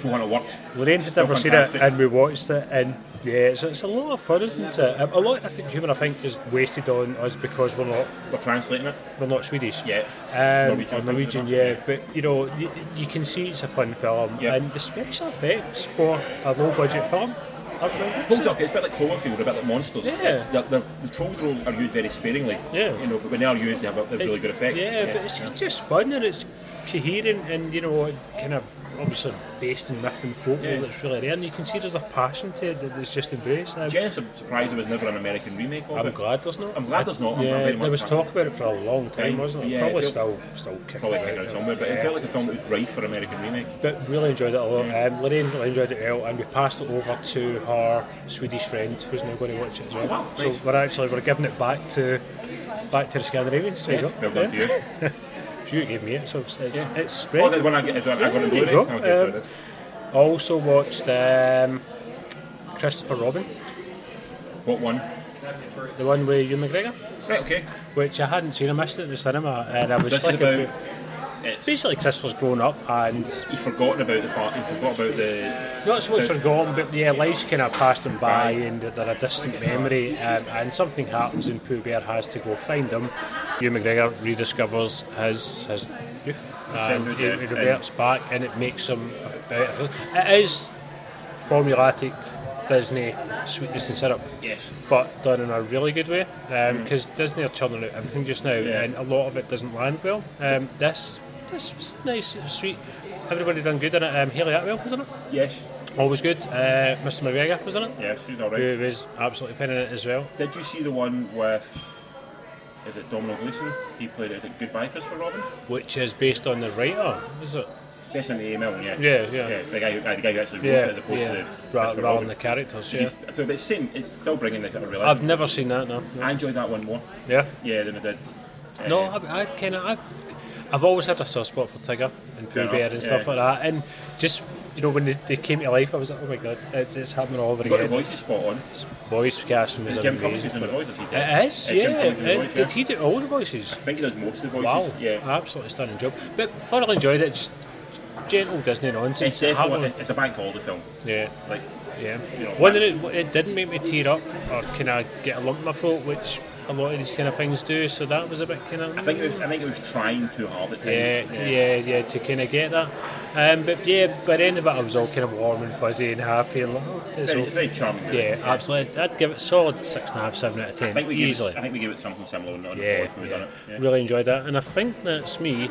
[SPEAKER 2] Two hundred worked.
[SPEAKER 3] Lorraine had
[SPEAKER 2] Still
[SPEAKER 3] never seen it,
[SPEAKER 2] fantastic.
[SPEAKER 3] and we watched it, and yeah, it's, it's a lot of fun, isn't it? Um, a lot of the humour, I think, is wasted on us because we're not
[SPEAKER 2] We're translating it.
[SPEAKER 3] we're not Swedish.
[SPEAKER 2] Yeah.
[SPEAKER 3] Um,
[SPEAKER 2] Norwegian,
[SPEAKER 3] or Norwegian,
[SPEAKER 2] I think,
[SPEAKER 3] yeah. But you know, you, you can see it's a fun film,
[SPEAKER 2] Yeah.
[SPEAKER 3] and the special effects for a low budget film are magnificent.
[SPEAKER 2] Holds up. It's a bit like Cloverfield, a bit like monsters.
[SPEAKER 3] Yeah.
[SPEAKER 2] The, the, the trolls are are used very sparingly.
[SPEAKER 3] Yeah.
[SPEAKER 2] You know, but when they are used, they have a they have really good effect.
[SPEAKER 3] Yeah, but it's just fun and it's coherent and you know kind of obviously based in myth and folklore
[SPEAKER 2] Yeah.
[SPEAKER 3] that's really there, and you can see there's a passion to it that is just embraced. Um,
[SPEAKER 2] Jen's surprised there was never an American remake of
[SPEAKER 3] I'm
[SPEAKER 2] it.
[SPEAKER 3] glad there's not.
[SPEAKER 2] I'm glad there's not. I'm- I'm
[SPEAKER 3] Yeah,
[SPEAKER 2] very much
[SPEAKER 3] there was
[SPEAKER 2] happy.
[SPEAKER 3] talk about it for a long time,
[SPEAKER 2] Time.
[SPEAKER 3] wasn't it?
[SPEAKER 2] Yeah,
[SPEAKER 3] Probably
[SPEAKER 2] it
[SPEAKER 3] still still kicking
[SPEAKER 2] Probably
[SPEAKER 3] about,
[SPEAKER 2] kicking out somewhere, but
[SPEAKER 3] yeah.
[SPEAKER 2] it felt like a film that was rife for American remake.
[SPEAKER 3] But really enjoyed it a lot. Um, Lorraine really enjoyed it well, and we passed it over to her Swedish friend who's now going to watch it as well.
[SPEAKER 2] Oh, Wow,
[SPEAKER 3] so
[SPEAKER 2] nice.
[SPEAKER 3] we're actually we're giving it back to back to the Scandinavians. There
[SPEAKER 2] Yes,
[SPEAKER 3] you
[SPEAKER 2] well
[SPEAKER 3] go.
[SPEAKER 2] done
[SPEAKER 3] Yeah.
[SPEAKER 2] to you.
[SPEAKER 3] She gave me it, so it's, it's,
[SPEAKER 2] Yeah.
[SPEAKER 3] it's spread.
[SPEAKER 2] Oh, that one I get, is that I got on
[SPEAKER 3] There you
[SPEAKER 2] Blu-ray?
[SPEAKER 3] go.
[SPEAKER 2] Okay, so
[SPEAKER 3] Um,
[SPEAKER 2] that's-
[SPEAKER 3] I also watched um, Christopher Robin,
[SPEAKER 2] what one?
[SPEAKER 3] the one with Ewan McGregor,
[SPEAKER 2] Right, okay.
[SPEAKER 3] which I hadn't seen. I missed it in the cinema, and I was
[SPEAKER 2] So this is
[SPEAKER 3] flicking
[SPEAKER 2] about...
[SPEAKER 3] through.
[SPEAKER 2] It's,
[SPEAKER 3] Basically, Christopher's grown up, and
[SPEAKER 2] he's forgotten about the fact, he's forgotten about the...
[SPEAKER 3] not so much forgotten, but yeah, life's kind of passed him by, and they're- they're a distant memory. Um, and something happens, and Pooh Bear has to go find him. Ewan McGregor rediscovers his his youth, and
[SPEAKER 2] Childhood,
[SPEAKER 3] he,
[SPEAKER 2] yeah,
[SPEAKER 3] he reverts back, and it makes him a bit better. It is formulatic Disney sweetness and syrup.
[SPEAKER 2] Yes.
[SPEAKER 3] but done in a really good way because Disney are churning out everything just now
[SPEAKER 2] Mm. Yeah.
[SPEAKER 3] and a lot of it doesn't land well. Um, this this was nice, it was sweet. Everybody done good in it. Um, Haley Atwell was in it,
[SPEAKER 2] Yes.
[SPEAKER 3] always good. Uh, Mr. McGregor was in it,
[SPEAKER 2] Yes, he's alright.
[SPEAKER 3] who was absolutely pinning it as well.
[SPEAKER 2] Did you see the one with... Is it Domino Gleeson? He played it. Is it Goodbye, Christopher Robin?
[SPEAKER 3] Which is based on the writer, is it?
[SPEAKER 2] That's in the AML one, yeah.
[SPEAKER 3] Yeah, yeah.
[SPEAKER 2] the, guy, who- uh, the guy who actually wrote it
[SPEAKER 3] Yeah,
[SPEAKER 2] as opposed
[SPEAKER 3] yeah.
[SPEAKER 2] to the
[SPEAKER 3] Rather,
[SPEAKER 2] Christopher
[SPEAKER 3] rather
[SPEAKER 2] Robin.
[SPEAKER 3] than the characters. Yeah.
[SPEAKER 2] He's- So, but it's same, it's still bringing the kind of
[SPEAKER 3] I've
[SPEAKER 2] realism.
[SPEAKER 3] never seen that. No.
[SPEAKER 2] I enjoyed that one more.
[SPEAKER 3] Yeah.
[SPEAKER 2] Yeah, than I did. uh,
[SPEAKER 3] No, I, I kind of, I, I've always had a soft spot for Tigger and Pooh
[SPEAKER 2] enough,
[SPEAKER 3] Bear and stuff
[SPEAKER 2] yeah.
[SPEAKER 3] like that. And just, you know, when they, they came to life, I was like, oh my god, it's, it's happening all over
[SPEAKER 2] Got the
[SPEAKER 3] again.
[SPEAKER 2] voice spot on.
[SPEAKER 3] His voice casting was
[SPEAKER 2] Jim Cummings
[SPEAKER 3] amazing.
[SPEAKER 2] is in the voice, is he?
[SPEAKER 3] It is,
[SPEAKER 2] Uh,
[SPEAKER 3] yeah.
[SPEAKER 2] Jim Cummings is in the
[SPEAKER 3] Uh,
[SPEAKER 2] voice,
[SPEAKER 3] Did
[SPEAKER 2] yeah.
[SPEAKER 3] he do all the voices?
[SPEAKER 2] I think he does most of the voices.
[SPEAKER 3] Wow, Uh,
[SPEAKER 2] Yeah.
[SPEAKER 3] absolutely stunning job. But thoroughly enjoyed it. Just gentle Disney
[SPEAKER 2] It's
[SPEAKER 3] nonsense.
[SPEAKER 2] definitely
[SPEAKER 3] Haven't-
[SPEAKER 2] it's a bank holiday film.
[SPEAKER 3] yeah.
[SPEAKER 2] Like
[SPEAKER 3] Yeah.
[SPEAKER 2] You know,
[SPEAKER 3] One that it, it didn't make me tear up or kind of get a lump in my throat, which a lot of these kind of things do. So that was a bit kind of.
[SPEAKER 2] I think it was I think it was trying too hard at times.
[SPEAKER 3] Yeah, t- yeah, yeah, to kind of get that. Um, but yeah, by the end of it, I was all kind of warm and fuzzy and happy and like, oh, it's
[SPEAKER 2] Very,
[SPEAKER 3] all-
[SPEAKER 2] it's very charming. movie.
[SPEAKER 3] yeah, absolutely. I'd give it a solid six and a half, seven out of ten,
[SPEAKER 2] I think we gave
[SPEAKER 3] easily.
[SPEAKER 2] it, I think we gave it something similar on on the
[SPEAKER 3] yeah,
[SPEAKER 2] podcast when we
[SPEAKER 3] yeah.
[SPEAKER 2] done it. Yeah.
[SPEAKER 3] really enjoyed that, and I think that's me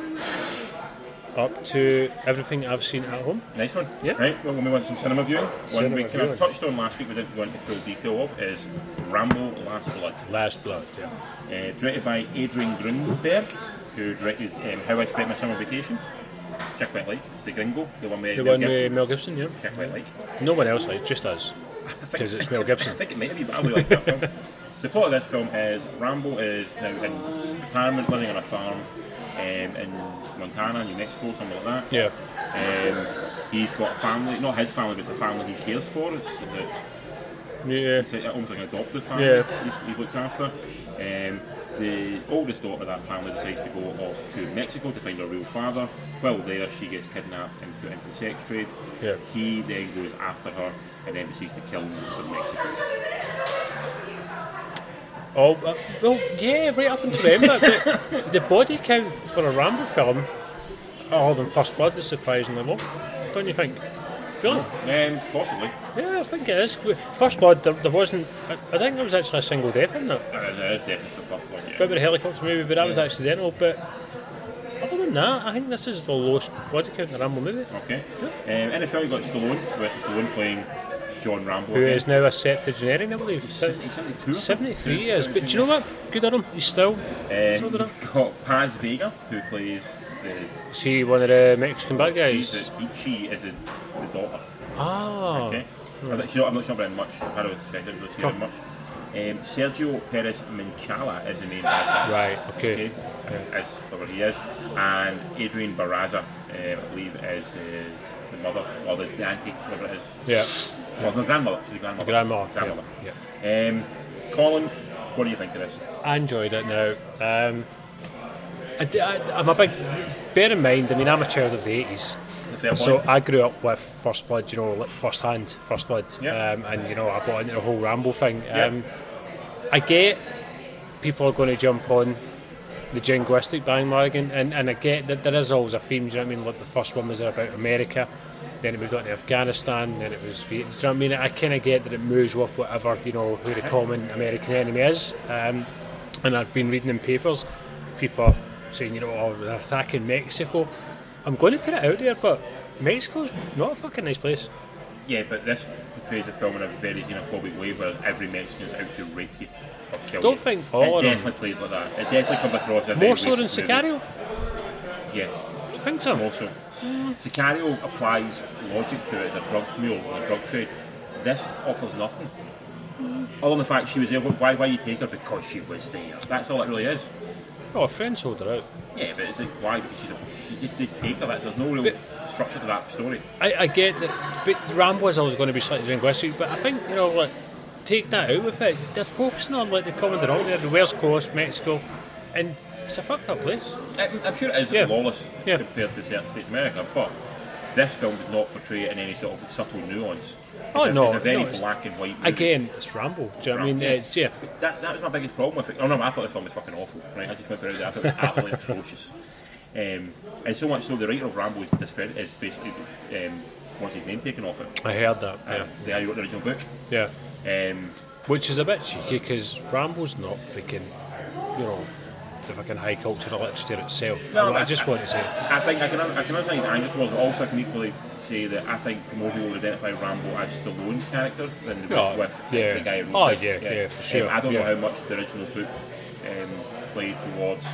[SPEAKER 3] up to everything I've seen at home.
[SPEAKER 2] Nice one.
[SPEAKER 3] Yeah.
[SPEAKER 2] Right, well, we want some cinema viewing. One
[SPEAKER 3] Cinema
[SPEAKER 2] we kind
[SPEAKER 3] viewing.
[SPEAKER 2] of touched on last week, we didn't go into full detail of, is Rambo Last Blood.
[SPEAKER 3] Last Blood, yeah.
[SPEAKER 2] Uh, directed by Adrian Grunberg, who directed um, How I Spent My Summer Vacation. Check my like. It's the Gringo, the one with
[SPEAKER 3] The
[SPEAKER 2] Mel
[SPEAKER 3] one
[SPEAKER 2] Gibson.
[SPEAKER 3] with Mel Gibson, yeah.
[SPEAKER 2] Check my like.
[SPEAKER 3] No one else likes, just us, because it's Mel Gibson.
[SPEAKER 2] I think it might be, but I really like that film. The plot of this film is Rambo is now in retirement, living on a farm um, in Montana, New Mexico, something like that.
[SPEAKER 3] Yeah.
[SPEAKER 2] Um, he's got a family, not his family, but it's a family he cares for. It's, the-
[SPEAKER 3] Yeah,
[SPEAKER 2] it's like- almost like an adoptive family
[SPEAKER 3] Yeah.
[SPEAKER 2] he's, he looks after. Um, the oldest daughter of that family decides to go off to Mexico to find her real father. While there, she gets kidnapped and put into the sex trade.
[SPEAKER 3] Yeah.
[SPEAKER 2] He then goes after her and then decides to kill most of Mexico.
[SPEAKER 3] Oh, uh, well, yeah, right up until then. But the, the body count for a Rambo film, other than First Blood, is surprisingly low. Don't you think? Really?
[SPEAKER 2] Um, possibly.
[SPEAKER 3] Yeah, I think it is. First Blood, there, there wasn't. I, I think there was actually a single death in it.
[SPEAKER 2] There is, there is definitely some fuck one, yeah.
[SPEAKER 3] Bit with a helicopter maybe, but that was accidental. But other than that, I think this is the lowest body count in a Rambo movie.
[SPEAKER 2] Okay. Um, in the film, you got Stallone, Sylvester Stallone playing John Rambo.
[SPEAKER 3] Who
[SPEAKER 2] again.
[SPEAKER 3] is now a septuagenarian, I believe. Se-
[SPEAKER 2] He's 72?
[SPEAKER 3] 73 years. But do you know what? Good on him. He's still.
[SPEAKER 2] Um,
[SPEAKER 3] still doing it.
[SPEAKER 2] you've got Paz Vega, who plays the.
[SPEAKER 3] Is he one of the Mexican bad
[SPEAKER 2] She's
[SPEAKER 3] guys?
[SPEAKER 2] the, she is Oh. the, the daughter.
[SPEAKER 3] Ah.
[SPEAKER 2] Okay. I'm, not sure, I'm not sure about him much. I don't think I didn't really see her
[SPEAKER 3] Cool.
[SPEAKER 2] much. Um, Um, Sergio Perez Minchala is the main actor.
[SPEAKER 3] Right, okay.
[SPEAKER 2] Okay, is whoever he is, and Adrian Barraza, uh, I believe, is uh, the mother or the, the auntie, whatever it is.
[SPEAKER 3] Yeah.
[SPEAKER 2] Well, the grandmother. She's the grandmother.
[SPEAKER 3] grandma, yeah,
[SPEAKER 2] Grandmother. Um, Colin, what do you think of this?
[SPEAKER 3] I enjoyed it now. Um, I, am a big. Bear in mind, I mean, I'm a child of the 80s.
[SPEAKER 2] The fair
[SPEAKER 3] So
[SPEAKER 2] point.
[SPEAKER 3] I grew up with First Blood, you know, like first hand, First Blood.
[SPEAKER 2] Yeah.
[SPEAKER 3] Um, and, you know, I bought into the whole Rambo thing.
[SPEAKER 2] Yeah.
[SPEAKER 3] Um, I get people are going to jump on the jingoistic bandwagon, and, and I get that there is always a theme, do you know what I mean? Like the first one was about America, then it moved on to Afghanistan, then it was Viet- do you know what I mean? I kind of get that it moves with whatever, you know, who the common American enemy is. Um, and I've been reading in papers, people are saying, you know, oh, they're attacking Mexico. I'm going to put it out there, but Mexico's not a fucking nice place.
[SPEAKER 2] Yeah, but this portrays the film in a very xenophobic way, where every Mexican is out to rape you or kill
[SPEAKER 3] Don't
[SPEAKER 2] you.
[SPEAKER 3] think all
[SPEAKER 2] It
[SPEAKER 3] of them.
[SPEAKER 2] definitely plays like that. It definitely comes across as a
[SPEAKER 3] More
[SPEAKER 2] very
[SPEAKER 3] so than
[SPEAKER 2] racist movie.
[SPEAKER 3] Sicario?
[SPEAKER 2] Yeah,
[SPEAKER 3] Do you think so?
[SPEAKER 2] More so. Sicario applies logic to it as a drug mule or a drug trade. This offers nothing. Other than the fact she was there, why why you take her? Because she was there. That's all it really is.
[SPEAKER 3] Oh, a friend sold her out.
[SPEAKER 2] Yeah, but it's like why? Because she's a, she just, just take her. That's, there's no real structure to that story.
[SPEAKER 3] I, I get that, but Rambo is always going to be slightly linguistic. But I think you know, like, take that out with it. They're focusing on like the common denominator, the West Coast, Mexico, and it's a fucked up place.
[SPEAKER 2] I'm, I'm sure it is
[SPEAKER 3] Yeah.
[SPEAKER 2] lawless
[SPEAKER 3] Yeah.
[SPEAKER 2] compared to certain states of America, but this film did not portray it in any sort of subtle nuance. It's
[SPEAKER 3] Oh,
[SPEAKER 2] a,
[SPEAKER 3] no,
[SPEAKER 2] it's a very
[SPEAKER 3] no, it's-
[SPEAKER 2] black and white. Movie.
[SPEAKER 3] Again, it's Rambo. Do you know what I mean?
[SPEAKER 2] Rambo.
[SPEAKER 3] It's yeah.
[SPEAKER 2] That's, that was my biggest problem with it. Oh no, I thought the film was fucking awful. Right, I just went through it. I thought it was absolutely atrocious. Um, and so much so, the writer of Rambo is discredited. Is basically um, wants his name taken off it.
[SPEAKER 3] I heard that.
[SPEAKER 2] Uh,
[SPEAKER 3] Yeah,
[SPEAKER 2] The guy who wrote the original book.
[SPEAKER 3] yeah.
[SPEAKER 2] Um,
[SPEAKER 3] Which is a bit cheeky because Rambo's not freaking, you know, the fucking high culture of literature itself.
[SPEAKER 2] No,
[SPEAKER 3] You know, I
[SPEAKER 2] but-
[SPEAKER 3] just want to say,
[SPEAKER 2] I think I can I can understand his anger towards it. Also, I can equally say that I think more people would identify Rambo as Stallone's character than they would
[SPEAKER 3] Oh,
[SPEAKER 2] with
[SPEAKER 3] yeah.
[SPEAKER 2] the guy who wrote
[SPEAKER 3] Oh,
[SPEAKER 2] it.
[SPEAKER 3] yeah, yeah, for sure,
[SPEAKER 2] Um, I don't
[SPEAKER 3] yeah.
[SPEAKER 2] know how much the original book um, played towards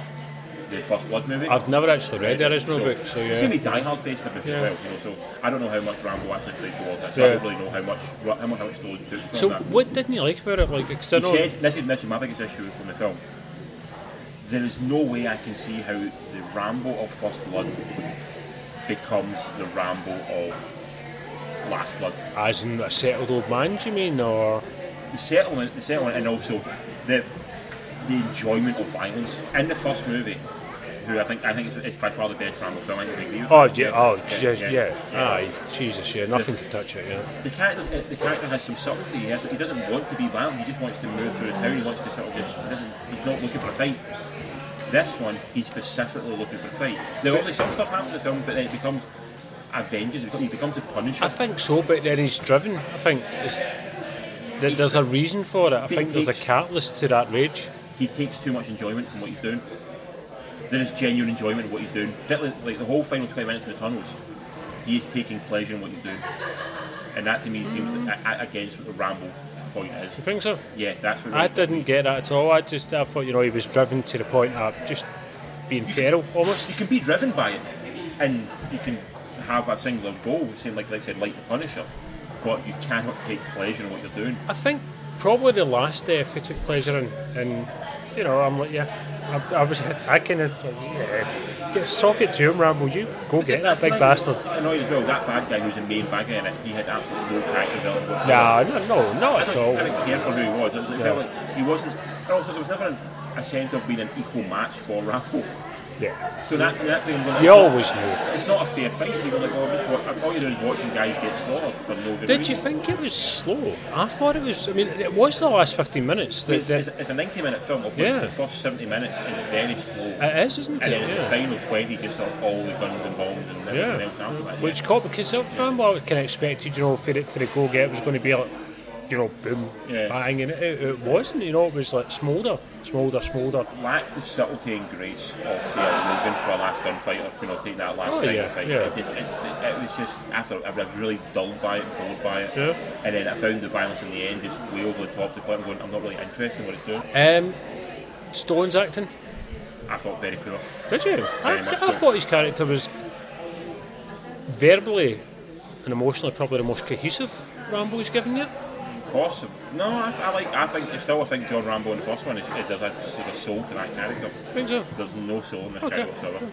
[SPEAKER 2] the First Blood movie.
[SPEAKER 3] I've never actually read the original book, so
[SPEAKER 2] See me
[SPEAKER 3] yeah.
[SPEAKER 2] Die Hard's based on a book
[SPEAKER 3] Yeah.
[SPEAKER 2] as well, you know, so I don't know how much Rambo actually played towards that, so I
[SPEAKER 3] Yeah.
[SPEAKER 2] don't really know how much what- how much how much Stallone took from
[SPEAKER 3] So
[SPEAKER 2] that.
[SPEAKER 3] what didn't you like about it? Like, 'cause I
[SPEAKER 2] He
[SPEAKER 3] know,
[SPEAKER 2] said, this is, this is my biggest issue from the film. There is no way I can see how the Rambo of First Blood becomes the Rambo of Last Blood.
[SPEAKER 3] as in a settled old man, do you mean, or
[SPEAKER 2] The settlement, the settlement, and also the the enjoyment of violence in the first movie. Who I think I think it's, it's by far the best Rambo film. I can agree with
[SPEAKER 3] Oh
[SPEAKER 2] that.
[SPEAKER 3] yeah, oh yeah, yeah. Aye, Jesus, yeah, nothing can touch it. Yeah,
[SPEAKER 2] The character, the character has some subtlety. He, has, he doesn't want to be violent. He just wants to move through the town. He wants to sort of just. He doesn't, he's not looking for a fight. This one, he's specifically looking for a fight. Now, obviously, some stuff happens in the film, but then it becomes a vengeance. He becomes a
[SPEAKER 3] I
[SPEAKER 2] punisher.
[SPEAKER 3] think so, but then he's driven. I think it's, there, there's a reason for it. I
[SPEAKER 2] He
[SPEAKER 3] think there's a
[SPEAKER 2] takes-
[SPEAKER 3] catalyst to that rage.
[SPEAKER 2] He takes too much enjoyment from what he's doing. There is genuine enjoyment in what he's doing. Particularly, like the whole final 20 minutes in the tunnels, he is taking pleasure in what he's doing. And that to me seems a- a- against what the Ramble point is.
[SPEAKER 3] You think so?
[SPEAKER 2] Yeah, that's what
[SPEAKER 3] I didn't get that at all. I just I thought you know he was driven to the point of just being feral almost.
[SPEAKER 2] you can be driven by it, and you can have a singular goal, saying like, like I said, like the Punisher, but you cannot take pleasure in what you're doing.
[SPEAKER 3] I think probably the last death he took pleasure in, and you know I'm like yeah, I, I was I kind of like, yeah, get sock it to him, Rambo. You go get that big bastard.
[SPEAKER 2] Annoyed as well. That bad guy who's the main bad guy in it, he had absolutely no character development whatsoever.
[SPEAKER 3] Nah, no, no, not
[SPEAKER 2] I
[SPEAKER 3] at
[SPEAKER 2] don't,
[SPEAKER 3] all.
[SPEAKER 2] I didn't care for who he was. It, was, it
[SPEAKER 3] Yeah.
[SPEAKER 2] felt like he wasn't. And also, there was never an, a sense of being an equal match for Rambo.
[SPEAKER 3] Yeah,
[SPEAKER 2] So that that thing.
[SPEAKER 3] you always knew.
[SPEAKER 2] It's not a fair fight. So you're like, oh, just what, all you're doing is watching guys get slaughtered for no good
[SPEAKER 3] Did
[SPEAKER 2] reason.
[SPEAKER 3] you think it was slow? I thought it was. I mean, it was the last fifteen minutes. That,
[SPEAKER 2] It's,
[SPEAKER 3] that
[SPEAKER 2] it's, it's a 90 minute film of which
[SPEAKER 3] Yeah.
[SPEAKER 2] the first 70 minutes is very slow.
[SPEAKER 3] it is, isn't
[SPEAKER 2] And
[SPEAKER 3] it?
[SPEAKER 2] it was the
[SPEAKER 3] Yeah.
[SPEAKER 2] final 20 just sort of all the guns and bombs and everything
[SPEAKER 3] Yeah.
[SPEAKER 2] else after that.
[SPEAKER 3] Which caught because up front, what I was kind of expected, you know, for it for the go get was going to be like, you know, boom,
[SPEAKER 2] Yeah.
[SPEAKER 3] bang, and it, it, it wasn't. You know, it was like smoulder, smoulder, smoulder.
[SPEAKER 2] lacked the subtlety and grace of, say, a Logan for a last gunfighter, you know, take that last
[SPEAKER 3] Oh,
[SPEAKER 2] fight
[SPEAKER 3] yeah,
[SPEAKER 2] fight.
[SPEAKER 3] yeah.
[SPEAKER 2] It, just, it, it, it was just, I thought I was really dulled by it, bored by it.
[SPEAKER 3] Yeah.
[SPEAKER 2] And then I found the violence in the end just way over the top to the point I'm going, I'm not really interested in what it's doing.
[SPEAKER 3] Um, Stone's acting.
[SPEAKER 2] I thought very poor.
[SPEAKER 3] Did you? I,
[SPEAKER 2] Very much
[SPEAKER 3] I
[SPEAKER 2] so.
[SPEAKER 3] thought his character was verbally and emotionally probably the most cohesive Rambo's given yet.
[SPEAKER 2] Possible. No, I, I like. I think. I still think John Rambo in the first one is it does a, there's a soul to that character.
[SPEAKER 3] Think so?
[SPEAKER 2] There's no soul in this
[SPEAKER 3] Okay.
[SPEAKER 2] character whatsoever.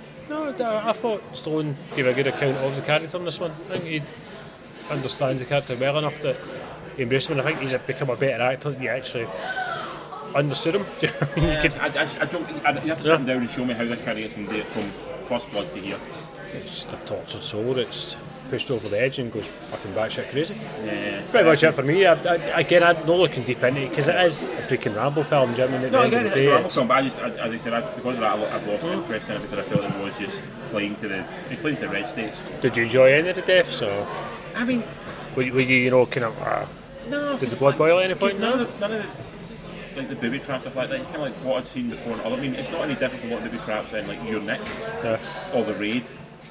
[SPEAKER 3] No, I, I thought Stallone gave a good account of the character in this one. I think he understands the character well enough to embrace him, and I think he's become a better actor. than You actually understood him. Do you know what I mean? You could-
[SPEAKER 2] I, I, I don't. think- I, you have to sit him down and show me how this character gets from the, from first blood to here.
[SPEAKER 3] it's just a tortured soul that's pushed over the edge and goes fucking batshit crazy.
[SPEAKER 2] Yeah.
[SPEAKER 3] Pretty much it for me. I, I, again, I'm not looking deep into it because it is a freaking Rambo film. Do you know what I mean? At
[SPEAKER 2] No,
[SPEAKER 3] the
[SPEAKER 2] I
[SPEAKER 3] end
[SPEAKER 2] get
[SPEAKER 3] of
[SPEAKER 2] it.
[SPEAKER 3] the
[SPEAKER 2] It's
[SPEAKER 3] day,
[SPEAKER 2] Rambo film, but I just, I, as I said, I, because of that, I, lo- I've lost interest in it because I felt it was just playing to the, he played to the red states.
[SPEAKER 3] Did you enjoy any of the deaths? Or
[SPEAKER 2] I mean,
[SPEAKER 3] were you, were you, you know, kind of. Uh,
[SPEAKER 2] no.
[SPEAKER 3] Did the
[SPEAKER 2] 'cause
[SPEAKER 3] blood
[SPEAKER 2] like-
[SPEAKER 3] boil at any
[SPEAKER 2] 'cause
[SPEAKER 3] point?
[SPEAKER 2] None
[SPEAKER 3] No?
[SPEAKER 2] of the, none of the, like the booby traps stuff like that. It's kind of like what I'd seen before. and all. I mean, it's not any different from what booby traps in like Your Next
[SPEAKER 3] Yeah.
[SPEAKER 2] or The Raid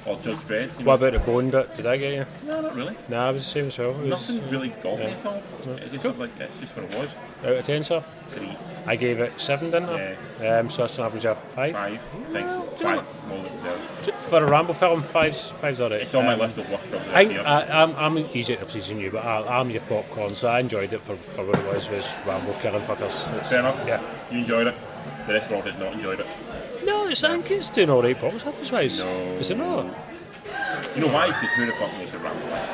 [SPEAKER 2] or Judge Dredd. You know?
[SPEAKER 3] uh, What about the bone bit? Did I get you?
[SPEAKER 2] No, not really.
[SPEAKER 3] Nah, I was the same as well. It was
[SPEAKER 2] Nothing really got me at all. It's just like it's just what it was.
[SPEAKER 3] Out of 10, sir.
[SPEAKER 2] Three,
[SPEAKER 3] I gave it seven, didn't I? Um, so that's an average of five.
[SPEAKER 2] five, six, five, more than deserves.
[SPEAKER 3] For a Rambo film, five's, five's alright.
[SPEAKER 2] It's on my
[SPEAKER 3] Um,
[SPEAKER 2] list of worst films
[SPEAKER 3] I,
[SPEAKER 2] this year.
[SPEAKER 3] I, I'm, I'm easy to please than you, but I, I'm your popcorn, so I enjoyed it for, for what it was, was Rambo killing fuckers. It's-
[SPEAKER 2] Fair enough.
[SPEAKER 3] Yeah.
[SPEAKER 2] You enjoyed it. The rest of the world has not enjoyed it.
[SPEAKER 3] No, it's, I think it's doing alright box office wise.
[SPEAKER 2] No.
[SPEAKER 3] Is it not?
[SPEAKER 2] You know why? Because who the fuck knows who Rambo is?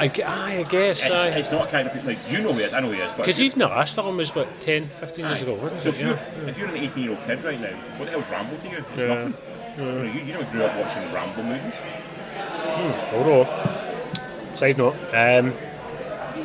[SPEAKER 3] I, gue- aye, I guess,
[SPEAKER 2] It's,
[SPEAKER 3] aye.
[SPEAKER 2] it's not a kind of people like you know who he is. I know who he is, but
[SPEAKER 3] Because even the last film was, what, 10, 15 years ago, wasn't
[SPEAKER 2] so
[SPEAKER 3] it?
[SPEAKER 2] if you're,
[SPEAKER 3] Yeah.
[SPEAKER 2] if you're an 18 year old kid right now, what the hell's Rambo to you? It's nothing. You, know, you, you never grew up watching Rambo movies.
[SPEAKER 3] Although, side note, um,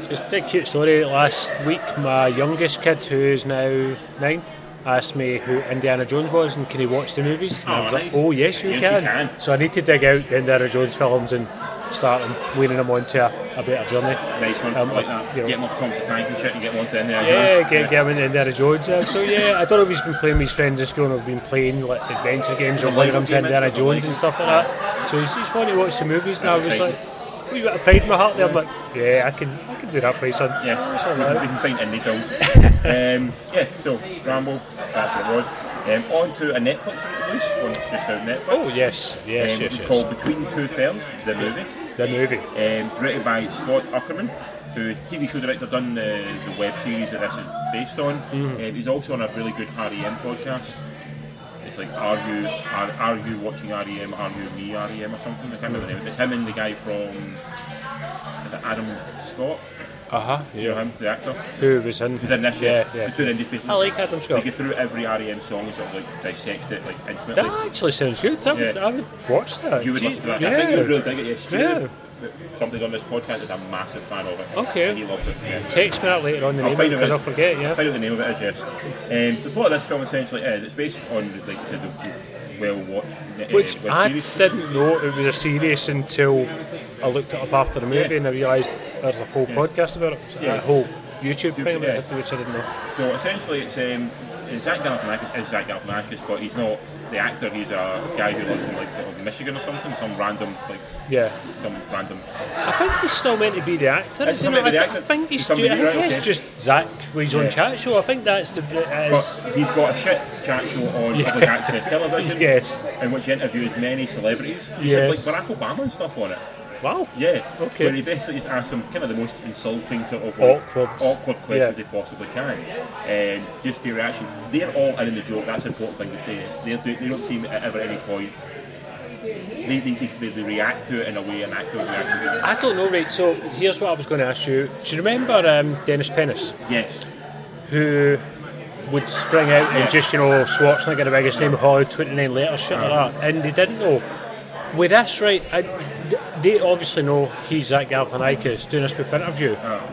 [SPEAKER 3] just a cute story. Last week, my youngest kid, who's now nine, asked me who Indiana Jones was and can he watch the movies. And I
[SPEAKER 2] Oh,
[SPEAKER 3] was
[SPEAKER 2] nice.
[SPEAKER 3] like, oh, yes, you,
[SPEAKER 2] Yes, you
[SPEAKER 3] can.
[SPEAKER 2] can.
[SPEAKER 3] So I need to dig out the Indiana Jones films and start them, weaning them onto a, a better journey.
[SPEAKER 2] Nice one,
[SPEAKER 3] Um,
[SPEAKER 2] like that.
[SPEAKER 3] you know.
[SPEAKER 2] Get him off Thomas the Tank and shit and get one to in there.
[SPEAKER 3] Yeah, get, get him into Indiana Jones. uh, So yeah, I don't know if he's been playing with his friends in school and have been playing like adventure games or one of
[SPEAKER 2] Lego
[SPEAKER 3] them's
[SPEAKER 2] game
[SPEAKER 3] Indiana
[SPEAKER 2] is it?
[SPEAKER 3] Jones and stuff like that. So he's just wanting to watch the movies and I
[SPEAKER 2] That's
[SPEAKER 3] was like, we got a pride in my heart there, but yeah, I can I can do that for you, son.
[SPEAKER 2] Yes,
[SPEAKER 3] It's
[SPEAKER 2] we, can-
[SPEAKER 3] alright.
[SPEAKER 2] we can find indie films. um, yeah, so Rambo, that's what it was. Um, on to a Netflix release, one's just out on Netflix.
[SPEAKER 3] Oh yes, yes,
[SPEAKER 2] um,
[SPEAKER 3] yes, yes.
[SPEAKER 2] called Between Two Ferns, the movie,
[SPEAKER 3] The movie.
[SPEAKER 2] um, directed by Scott Ackerman, who's TV show director, done the, the web series that this is based on.
[SPEAKER 3] Mm-hmm.
[SPEAKER 2] Um, he's also on a really good REM podcast. It's like Are You Are, are You Watching REM? Are You Me REM? or something. I can't remember the name. It's him and the guy from is it Adam Scott.
[SPEAKER 3] Uh huh.
[SPEAKER 2] You know him, the actor.
[SPEAKER 3] Who was in?
[SPEAKER 2] He's in this.
[SPEAKER 3] yeah,
[SPEAKER 2] yes.
[SPEAKER 3] yeah.
[SPEAKER 2] He's doing indie space.
[SPEAKER 3] I like Adam Scott.
[SPEAKER 2] They go through every REM song and sort of like dissect it like intimately.
[SPEAKER 3] That actually sounds good. I would,
[SPEAKER 2] Yeah.
[SPEAKER 3] I would watch that.
[SPEAKER 2] You would
[SPEAKER 3] Gee,
[SPEAKER 2] listen to that.
[SPEAKER 3] Yeah.
[SPEAKER 2] I think you would really dig it. Yes,
[SPEAKER 3] Yeah.
[SPEAKER 2] Somebody on this podcast is a massive fan of it.
[SPEAKER 3] Okay.
[SPEAKER 2] And he loves it. Yeah.
[SPEAKER 3] Text me that later on the
[SPEAKER 2] I'll
[SPEAKER 3] name
[SPEAKER 2] find out
[SPEAKER 3] because I'll
[SPEAKER 2] it-
[SPEAKER 3] forget.
[SPEAKER 2] I'll
[SPEAKER 3] Yeah.
[SPEAKER 2] find out the name of it is, yes. Um, so the plot of this film essentially is it's based on, like you said, the well watched uh,
[SPEAKER 3] Which
[SPEAKER 2] web
[SPEAKER 3] I
[SPEAKER 2] series.
[SPEAKER 3] didn't know it was a series until I looked it up after the movie and I realised there's a whole podcast about it.
[SPEAKER 2] Yeah.
[SPEAKER 3] A whole YouTube thing
[SPEAKER 2] yeah.
[SPEAKER 3] about it, which I didn't know.
[SPEAKER 2] So essentially, it's um, Zach Galifianakis is Zach Galifianakis, but he's not the actor. He's a guy who lives in like sort of Michigan or something, some random like
[SPEAKER 3] Yeah.
[SPEAKER 2] some random.
[SPEAKER 3] I think he's still meant to be the actor,
[SPEAKER 2] Is
[SPEAKER 3] isn't
[SPEAKER 2] he
[SPEAKER 3] he?
[SPEAKER 2] meant to be
[SPEAKER 3] I,
[SPEAKER 2] the
[SPEAKER 3] I
[SPEAKER 2] actor?
[SPEAKER 3] think
[SPEAKER 2] He's
[SPEAKER 3] he's,
[SPEAKER 2] somebody
[SPEAKER 3] ju- I
[SPEAKER 2] who
[SPEAKER 3] think
[SPEAKER 2] wrote
[SPEAKER 3] it's
[SPEAKER 2] it.
[SPEAKER 3] just Zach with his
[SPEAKER 2] Yeah.
[SPEAKER 3] own chat show. I think that's the. it is-
[SPEAKER 2] But he's got a shit chat show on
[SPEAKER 3] Yeah.
[SPEAKER 2] public access television.
[SPEAKER 3] yes.
[SPEAKER 2] in which he interviews many celebrities. He's
[SPEAKER 3] Yes.
[SPEAKER 2] had like Barack Obama and stuff on it.
[SPEAKER 3] Wow.
[SPEAKER 2] Yeah.
[SPEAKER 3] Okay.
[SPEAKER 2] Where he basically just asks them kind of the most insulting sort of
[SPEAKER 3] Awkward.
[SPEAKER 2] awkward questions they
[SPEAKER 3] Yeah.
[SPEAKER 2] possibly can. Um, just the reaction. They're all in on the joke. That's an important thing to say. Is they're do, they don't seem at ever any point. They, they, they, they react to it in a way an actor would react to it.
[SPEAKER 3] I don't know, right? So here's what I was going to ask you. Do you remember um, Dennis Pennis?
[SPEAKER 2] Yes.
[SPEAKER 3] who would spring out
[SPEAKER 2] Yeah.
[SPEAKER 3] and just, you know, Schwarzenegger, the biggest name of Hollywood, 29 later, shit like that. And they didn't know. With this, right, I, th- they obviously know he's Zach Galifianakis doing a spoof interview.
[SPEAKER 2] Oh.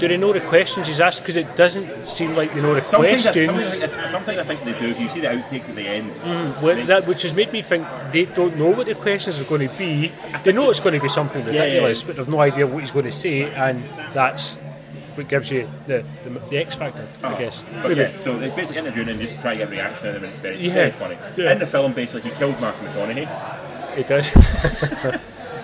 [SPEAKER 3] Do they know the questions he's asked? Because it doesn't seem like they know the
[SPEAKER 2] Something that,
[SPEAKER 3] questions, Mm.
[SPEAKER 2] something, that- something I think they do. If you see the outtakes at the end,
[SPEAKER 3] wh- that, which has made me think they don't know what the questions are going to be. They know it's going to be something
[SPEAKER 2] yeah.
[SPEAKER 3] ridiculous, but they've no idea what he's going to say, and that's what gives you the, the, the X factor, I guess.
[SPEAKER 2] Oh. But
[SPEAKER 3] Maybe.
[SPEAKER 2] yeah, so it's basically interviewing and just trying to get a reaction out of it. Very,
[SPEAKER 3] Yeah.
[SPEAKER 2] very funny.
[SPEAKER 3] Yeah.
[SPEAKER 2] In the film, basically, he kills Martin McConaughey.
[SPEAKER 3] It does.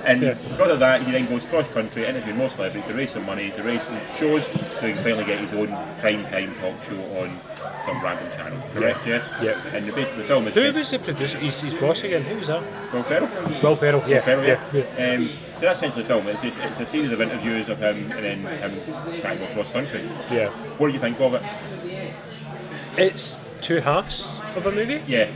[SPEAKER 2] And because of that, he then goes cross country, interviewing more celebrities to raise some money, to raise some shows, so he can finally get his own prime time talk show on some random channel. Correct? Yes.
[SPEAKER 3] Yeah.
[SPEAKER 2] And the basic the film is
[SPEAKER 3] Who
[SPEAKER 2] just
[SPEAKER 3] was the producer? He's, he's boss again. Who was that?
[SPEAKER 2] Will Ferrell.
[SPEAKER 3] Will Ferrell. Yeah,
[SPEAKER 2] Ferrell,
[SPEAKER 3] yeah,
[SPEAKER 2] yeah. Um, So that's essentially the film. It's, it's, it's a series of interviews of him and then him trying to go cross country.
[SPEAKER 3] Yeah.
[SPEAKER 2] What do you think of it?
[SPEAKER 3] It's two halves of a movie.
[SPEAKER 2] Yeah,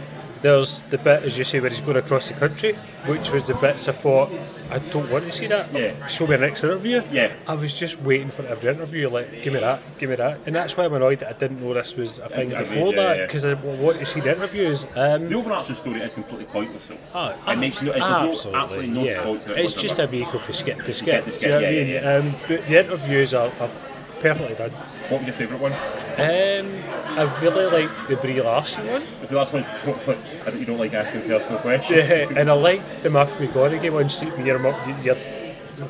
[SPEAKER 3] There's the bit, as you say, where he's going across the country, which was the bits I thought, I don't want to see that.
[SPEAKER 2] Yeah.
[SPEAKER 3] Show me an next interview.
[SPEAKER 2] Yeah.
[SPEAKER 3] I was just waiting for every interview, like, give me that, give me that. And that's why I'm annoyed that I didn't know this was a thing
[SPEAKER 2] Yeah, I mean,
[SPEAKER 3] before
[SPEAKER 2] yeah,
[SPEAKER 3] that,
[SPEAKER 2] yeah.
[SPEAKER 3] because I wanted to see the interviews. Um,
[SPEAKER 2] the overarching story is completely pointless. Though.
[SPEAKER 3] Oh,
[SPEAKER 2] it makes no, it's just
[SPEAKER 3] absolutely.
[SPEAKER 2] no, absolutely no
[SPEAKER 3] yeah.
[SPEAKER 2] point to it.
[SPEAKER 3] It's just a
[SPEAKER 2] whatsoever.
[SPEAKER 3] vehicle for skip to
[SPEAKER 2] get
[SPEAKER 3] skip.
[SPEAKER 2] to
[SPEAKER 3] Do you
[SPEAKER 2] skip,
[SPEAKER 3] know what I
[SPEAKER 2] yeah,
[SPEAKER 3] mean?
[SPEAKER 2] yeah, yeah.
[SPEAKER 3] Um, but the interviews are, are perfectly done.
[SPEAKER 2] What was your favourite one?
[SPEAKER 3] Um, I really like the Brie Larson one,
[SPEAKER 2] The last one, I think you don't like asking personal questions.
[SPEAKER 3] and I like the Matthew McConaughey one. Sleep with your mum. Your,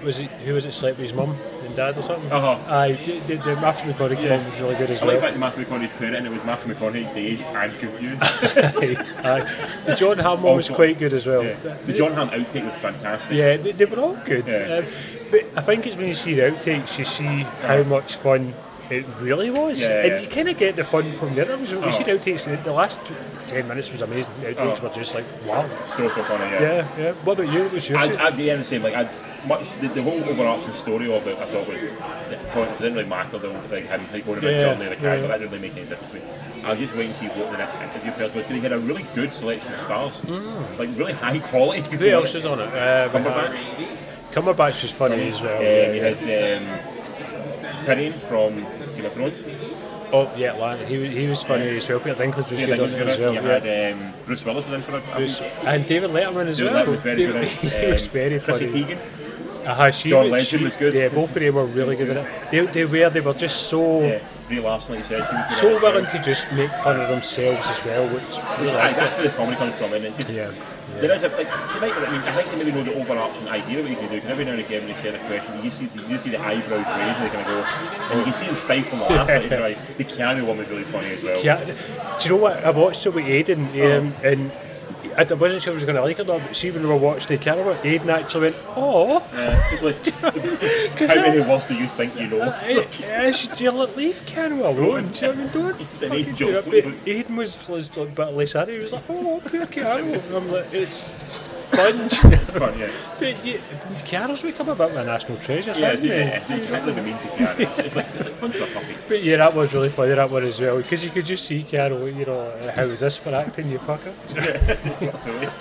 [SPEAKER 3] was it who was it? Sleep with his mum and dad or something.
[SPEAKER 2] Uh-huh.
[SPEAKER 3] Aye, the, the, the Matthew McConaughey
[SPEAKER 2] Yeah.
[SPEAKER 3] one was really good as
[SPEAKER 2] I like the
[SPEAKER 3] well.
[SPEAKER 2] fact that Matthew McConaughey's playing it and it was Matthew McConaughey dazed and confused.
[SPEAKER 3] Aye, the John Hamm one was
[SPEAKER 2] Also-
[SPEAKER 3] quite good as well.
[SPEAKER 2] Yeah. The John Hamm outtake was fantastic.
[SPEAKER 3] Yeah, they, they were all good.
[SPEAKER 2] Yeah. Uh-huh.
[SPEAKER 3] Um, but I think it's when you see the outtakes, you see how much fun it really was.
[SPEAKER 2] Yeah,
[SPEAKER 3] and
[SPEAKER 2] yeah.
[SPEAKER 3] you kind of get the fun from the interviews. When
[SPEAKER 2] Oh.
[SPEAKER 3] you see the outtakes, the, the last tw- 10 minutes was amazing. The outtakes
[SPEAKER 2] Oh.
[SPEAKER 3] were just like, wow.
[SPEAKER 2] So, so funny, yeah.
[SPEAKER 3] Yeah, yeah. What about you? What was your
[SPEAKER 2] I'd,
[SPEAKER 3] favourite?
[SPEAKER 2] I'd the end the same. Like, I'd much the, the whole overarching story of it, I thought was the point. It didn't really matter though. Like him like, going about
[SPEAKER 3] Yeah,
[SPEAKER 2] journey of the character.
[SPEAKER 3] yeah.
[SPEAKER 2] That didn't really make any difference. to me. I'll just wait and see what the next interview person was. Because he had a really good selection of stars,
[SPEAKER 3] Mm.
[SPEAKER 2] like really high quality.
[SPEAKER 3] Who else was on it? Uh, we had-
[SPEAKER 2] Cumberbatch.
[SPEAKER 3] Cumberbatch was funny as well.
[SPEAKER 2] Um,
[SPEAKER 3] yeah,
[SPEAKER 2] you
[SPEAKER 3] yeah.
[SPEAKER 2] had um, Tyrion from Game of Thrones.
[SPEAKER 3] Oh, yeah, Atlanta. He, was- he was funny as well. Peter Dinklage was
[SPEAKER 2] You
[SPEAKER 3] good
[SPEAKER 2] had,
[SPEAKER 3] on it as well.
[SPEAKER 2] you
[SPEAKER 3] yeah.
[SPEAKER 2] had um, Bruce Willis was in for a a
[SPEAKER 3] Bruce-
[SPEAKER 2] week.
[SPEAKER 3] And David Letterman as
[SPEAKER 2] David
[SPEAKER 3] well.
[SPEAKER 2] Letterman was very
[SPEAKER 3] David-
[SPEAKER 2] good.
[SPEAKER 3] he was
[SPEAKER 2] Um,
[SPEAKER 3] very funny.
[SPEAKER 2] Chrissy Teigen.
[SPEAKER 3] Aha, she
[SPEAKER 2] John
[SPEAKER 3] was-
[SPEAKER 2] Legend
[SPEAKER 3] she-
[SPEAKER 2] was good.
[SPEAKER 3] Yeah, both of them were really good. at it. They, they were. They were just so
[SPEAKER 2] Yeah, Brie Larson, like you said. she was
[SPEAKER 3] so
[SPEAKER 2] good at it.
[SPEAKER 3] willing to just make fun of themselves as well, which we
[SPEAKER 2] Aye,
[SPEAKER 3] like.
[SPEAKER 2] that's where the comedy comes from, and it's just
[SPEAKER 3] Yeah,
[SPEAKER 2] there is a like, you might, I mean, I think they maybe know the overarching idea of what you can do. Because every now and again, when they say the question, you see you see the eyebrows raised, and they kind of go, and you can see them stifle the laugh. like, right. The Keanu one was really funny as well.
[SPEAKER 3] Yeah, do you know what? I watched it with Aidan, um, and I d- wasn't sure I was going to like it or not, but see, when we were watching the camera, Aidan actually went, oh.
[SPEAKER 2] Uh, it's like, how many words do you think you know?
[SPEAKER 3] I, I should you let leave Canwell alone. Do you know what I mean? Don't
[SPEAKER 2] an
[SPEAKER 3] fucking
[SPEAKER 2] angel.
[SPEAKER 3] do that. But Aidan was, was like, bitterly sad. He was like, "Oh, poor Canwell." And I'm like, "It's fun."
[SPEAKER 2] Fun, yeah.
[SPEAKER 3] But you, Keanu's become a bit of a national treasure,
[SPEAKER 2] Yeah,
[SPEAKER 3] hasn't
[SPEAKER 2] yeah,
[SPEAKER 3] he?
[SPEAKER 2] yeah. It's exactly the mean to Keanu. It's, it's like it's like punch a puppy.
[SPEAKER 3] But yeah, that was really funny, that one as well, because you could just see Carol, you know, how is this for acting, you fucker?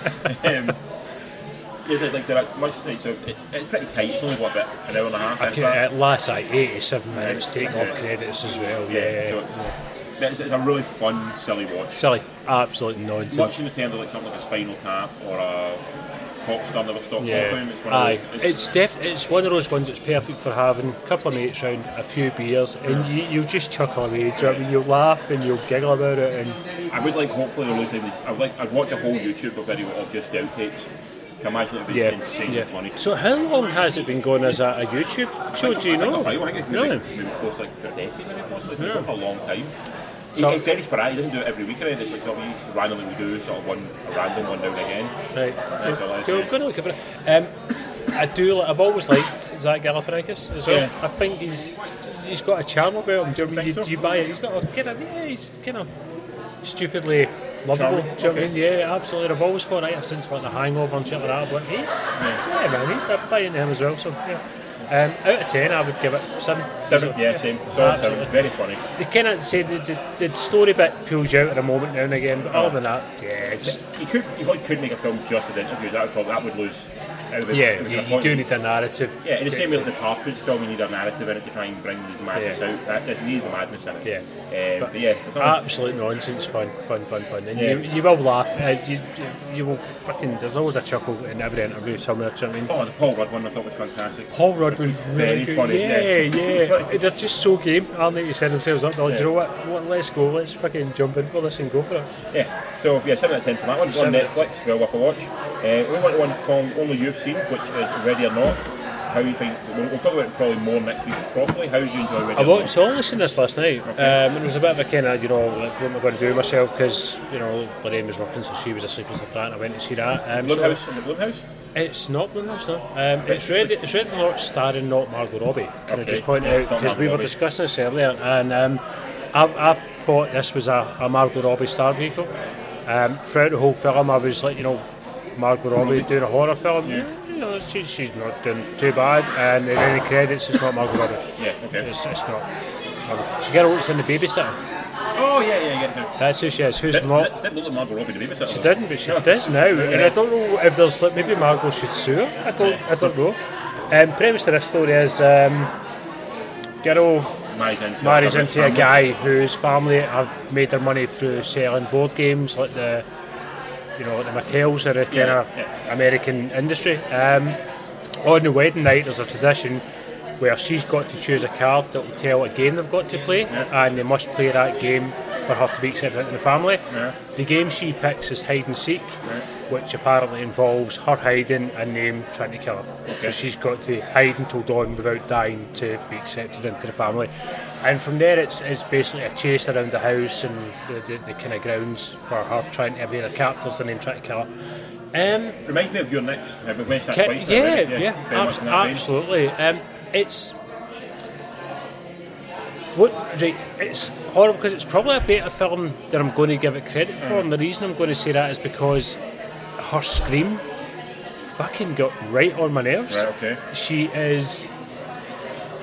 [SPEAKER 2] Absolutely. um, it's like, like so that much like, so it, it's pretty tight. It's only what a bit an hour and a half. if that.
[SPEAKER 3] At last, like 87 minutes, taking off credits as well, yeah.
[SPEAKER 2] Yeah, so it's, it's, it's a really fun, silly watch.
[SPEAKER 3] Silly, absolute nonsense.
[SPEAKER 2] Much in the terms of like something like a Spinal Tap or a Pop Star Never Stop Popping, it's one
[SPEAKER 3] Aye.
[SPEAKER 2] of those.
[SPEAKER 3] It's, def- it's one of those ones that's perfect for having a couple of mates round, a few beers, and you, you'll just chuckle away. Do you know what I mean? You'll laugh and you'll giggle about it, and
[SPEAKER 2] I would like hopefully they'll release these. I would like I'd watch a whole YouTube video of just the outtakes. Can imagine it'd be
[SPEAKER 3] yeah.
[SPEAKER 2] insanely
[SPEAKER 3] yeah.
[SPEAKER 2] funny.
[SPEAKER 3] So, how long has it been going as a, a YouTube show? Do you
[SPEAKER 2] I think
[SPEAKER 3] know?
[SPEAKER 2] a while, I think it's maybe,
[SPEAKER 3] Really?
[SPEAKER 2] maybe close to, like a decade, maybe possibly it's been
[SPEAKER 3] Yeah.
[SPEAKER 2] going for a long time. He-
[SPEAKER 3] So-
[SPEAKER 2] he's very sporadic. He doesn't do it every week or anything. It's like something he randomly will do, sort of one a random one now and again.
[SPEAKER 3] Right.
[SPEAKER 2] That's all I
[SPEAKER 3] Cool,
[SPEAKER 2] say.
[SPEAKER 3] good look at it. Um, I do. li- I've always liked Zach Galifianakis as well.
[SPEAKER 2] Yeah.
[SPEAKER 3] I think he's he's got a charm about him. Do you, know what I mean?
[SPEAKER 2] Think so?
[SPEAKER 3] you, you buy it? He's got a kind of yeah. He's kind of stupidly lovable.
[SPEAKER 2] Charming,
[SPEAKER 3] Do you know what I
[SPEAKER 2] okay.
[SPEAKER 3] mean? Yeah, absolutely. I've always thought right, since like the Hangover and shit like that. I've went, he's yeah. man. He's I buy into him as well. So yeah. Um, out of ten, I would give it seven.
[SPEAKER 2] Seven,
[SPEAKER 3] So,
[SPEAKER 2] yeah, same. Sorry,
[SPEAKER 3] absolutely.
[SPEAKER 2] seven. Very funny.
[SPEAKER 3] They cannot say the, the, the story bit pulls you out at a moment now and again,
[SPEAKER 2] Uh-huh.
[SPEAKER 3] but other than that, yeah, just
[SPEAKER 2] He could, he probably could make a film just with interviews. That would probably, that would lose. it would- it
[SPEAKER 3] yeah,
[SPEAKER 2] would
[SPEAKER 3] you,
[SPEAKER 2] be
[SPEAKER 3] you do
[SPEAKER 2] pointless.
[SPEAKER 3] need a narrative.
[SPEAKER 2] Yeah, in the
[SPEAKER 3] to-
[SPEAKER 2] same
[SPEAKER 3] to-
[SPEAKER 2] way like the Partridge film, you need a narrative in it to try and bring the madness
[SPEAKER 3] Yeah.
[SPEAKER 2] out. That it needs the madness in it.
[SPEAKER 3] Yeah.
[SPEAKER 2] Um, but, yeah, so sometimes-
[SPEAKER 3] Absolute nonsense, fun, fun, fun, fun, and you,
[SPEAKER 2] Yeah.
[SPEAKER 3] you will laugh. Uh, you, you- you will fucking. There's always a chuckle in every interview somewhere. Do you know what I mean?
[SPEAKER 2] oh, the Paul Rudd one I thought was fantastic.
[SPEAKER 3] Paul Rudd was
[SPEAKER 2] Very
[SPEAKER 3] very good.
[SPEAKER 2] funny,
[SPEAKER 3] Yeah,
[SPEAKER 2] yeah.
[SPEAKER 3] yeah. They're just so game, aren't they? To set themselves up. They're like, "Oh,
[SPEAKER 2] Yeah.
[SPEAKER 3] Do you know what? Well, let's go. Let's fucking jump in for this and go for it.
[SPEAKER 2] Yeah, so yeah, 7 out of 10 for that one. It's on
[SPEAKER 3] Seven out of
[SPEAKER 2] Netflix, well worth a watch. Uh, we went to one called Only You've Seen, which is Ready or Not. How you think, we'll, we'll talk about it probably more next week properly. How do you enjoy Ready
[SPEAKER 3] I
[SPEAKER 2] or Not?
[SPEAKER 3] watched Solace in this last night, um, and it was a bit of a kind of, you know, like, what am I going to do with myself? Because, you know, Lorraine was working, so she was asleep and stuff like that, and I went to see that. Um, so-
[SPEAKER 2] Blumhouse, in the Blumhouse?
[SPEAKER 3] It's not Blumhouse, no. Um, it's Red, it's Red Alert starring not Margot Robbie. Can I
[SPEAKER 2] Okay,
[SPEAKER 3] just point
[SPEAKER 2] yeah,
[SPEAKER 3] out
[SPEAKER 2] it's not
[SPEAKER 3] because we
[SPEAKER 2] Margot
[SPEAKER 3] were
[SPEAKER 2] Robbie.
[SPEAKER 3] discussing this earlier, and um, I, I thought this was a, a Margot Robbie star vehicle. Um, throughout the whole film, I was like, you know, Margot Robbie doing a horror film. Yeah. know, she's, she's not doing too bad. And in any credits, it's not Margot Robbie.
[SPEAKER 2] Yeah, okay.
[SPEAKER 3] It's, it's not. Margot. The girl works in the babysitter.
[SPEAKER 2] Oh, yeah, yeah, yeah. yeah.
[SPEAKER 3] That's who she is. Who's
[SPEAKER 2] Did,
[SPEAKER 3] not?
[SPEAKER 2] did, did look like Margot Robbie to be with it.
[SPEAKER 3] She didn't, but she does now. And I don't know if there's like maybe Margot should sue her. I don't. I don't know. Um, premise of this story is um, girl
[SPEAKER 2] Marries into,
[SPEAKER 3] marries into a
[SPEAKER 2] family.
[SPEAKER 3] guy whose family have made their money through selling board games like the you know the Mattels are a kind of
[SPEAKER 2] yeah.
[SPEAKER 3] American industry. Um, on the wedding night, there's a tradition where she's got to choose a card that will tell a game they've got to play, and they must play that game for her to be accepted into the family.
[SPEAKER 2] Yeah.
[SPEAKER 3] The game she picks is hide and seek, which apparently involves her hiding and them trying to kill her. So she's got to hide until dawn without dying to be accepted into the family. And from there, it's, it's basically a chase around the house and the, the, the kind of grounds for her trying to have the captors and then trying to kill her. Um,
[SPEAKER 2] Reminds me of your next. Uh, we've mentioned that
[SPEAKER 3] Ca-
[SPEAKER 2] twice
[SPEAKER 3] yeah,
[SPEAKER 2] already.
[SPEAKER 3] yeah,
[SPEAKER 2] very much
[SPEAKER 3] abs-
[SPEAKER 2] in that vein.
[SPEAKER 3] absolutely. Um, it's what right, it's horrible because it's probably a better film than I'm going to give it credit for, and the reason I'm going to say that is because her scream fucking got right on my nerves.
[SPEAKER 2] Right, okay.
[SPEAKER 3] She is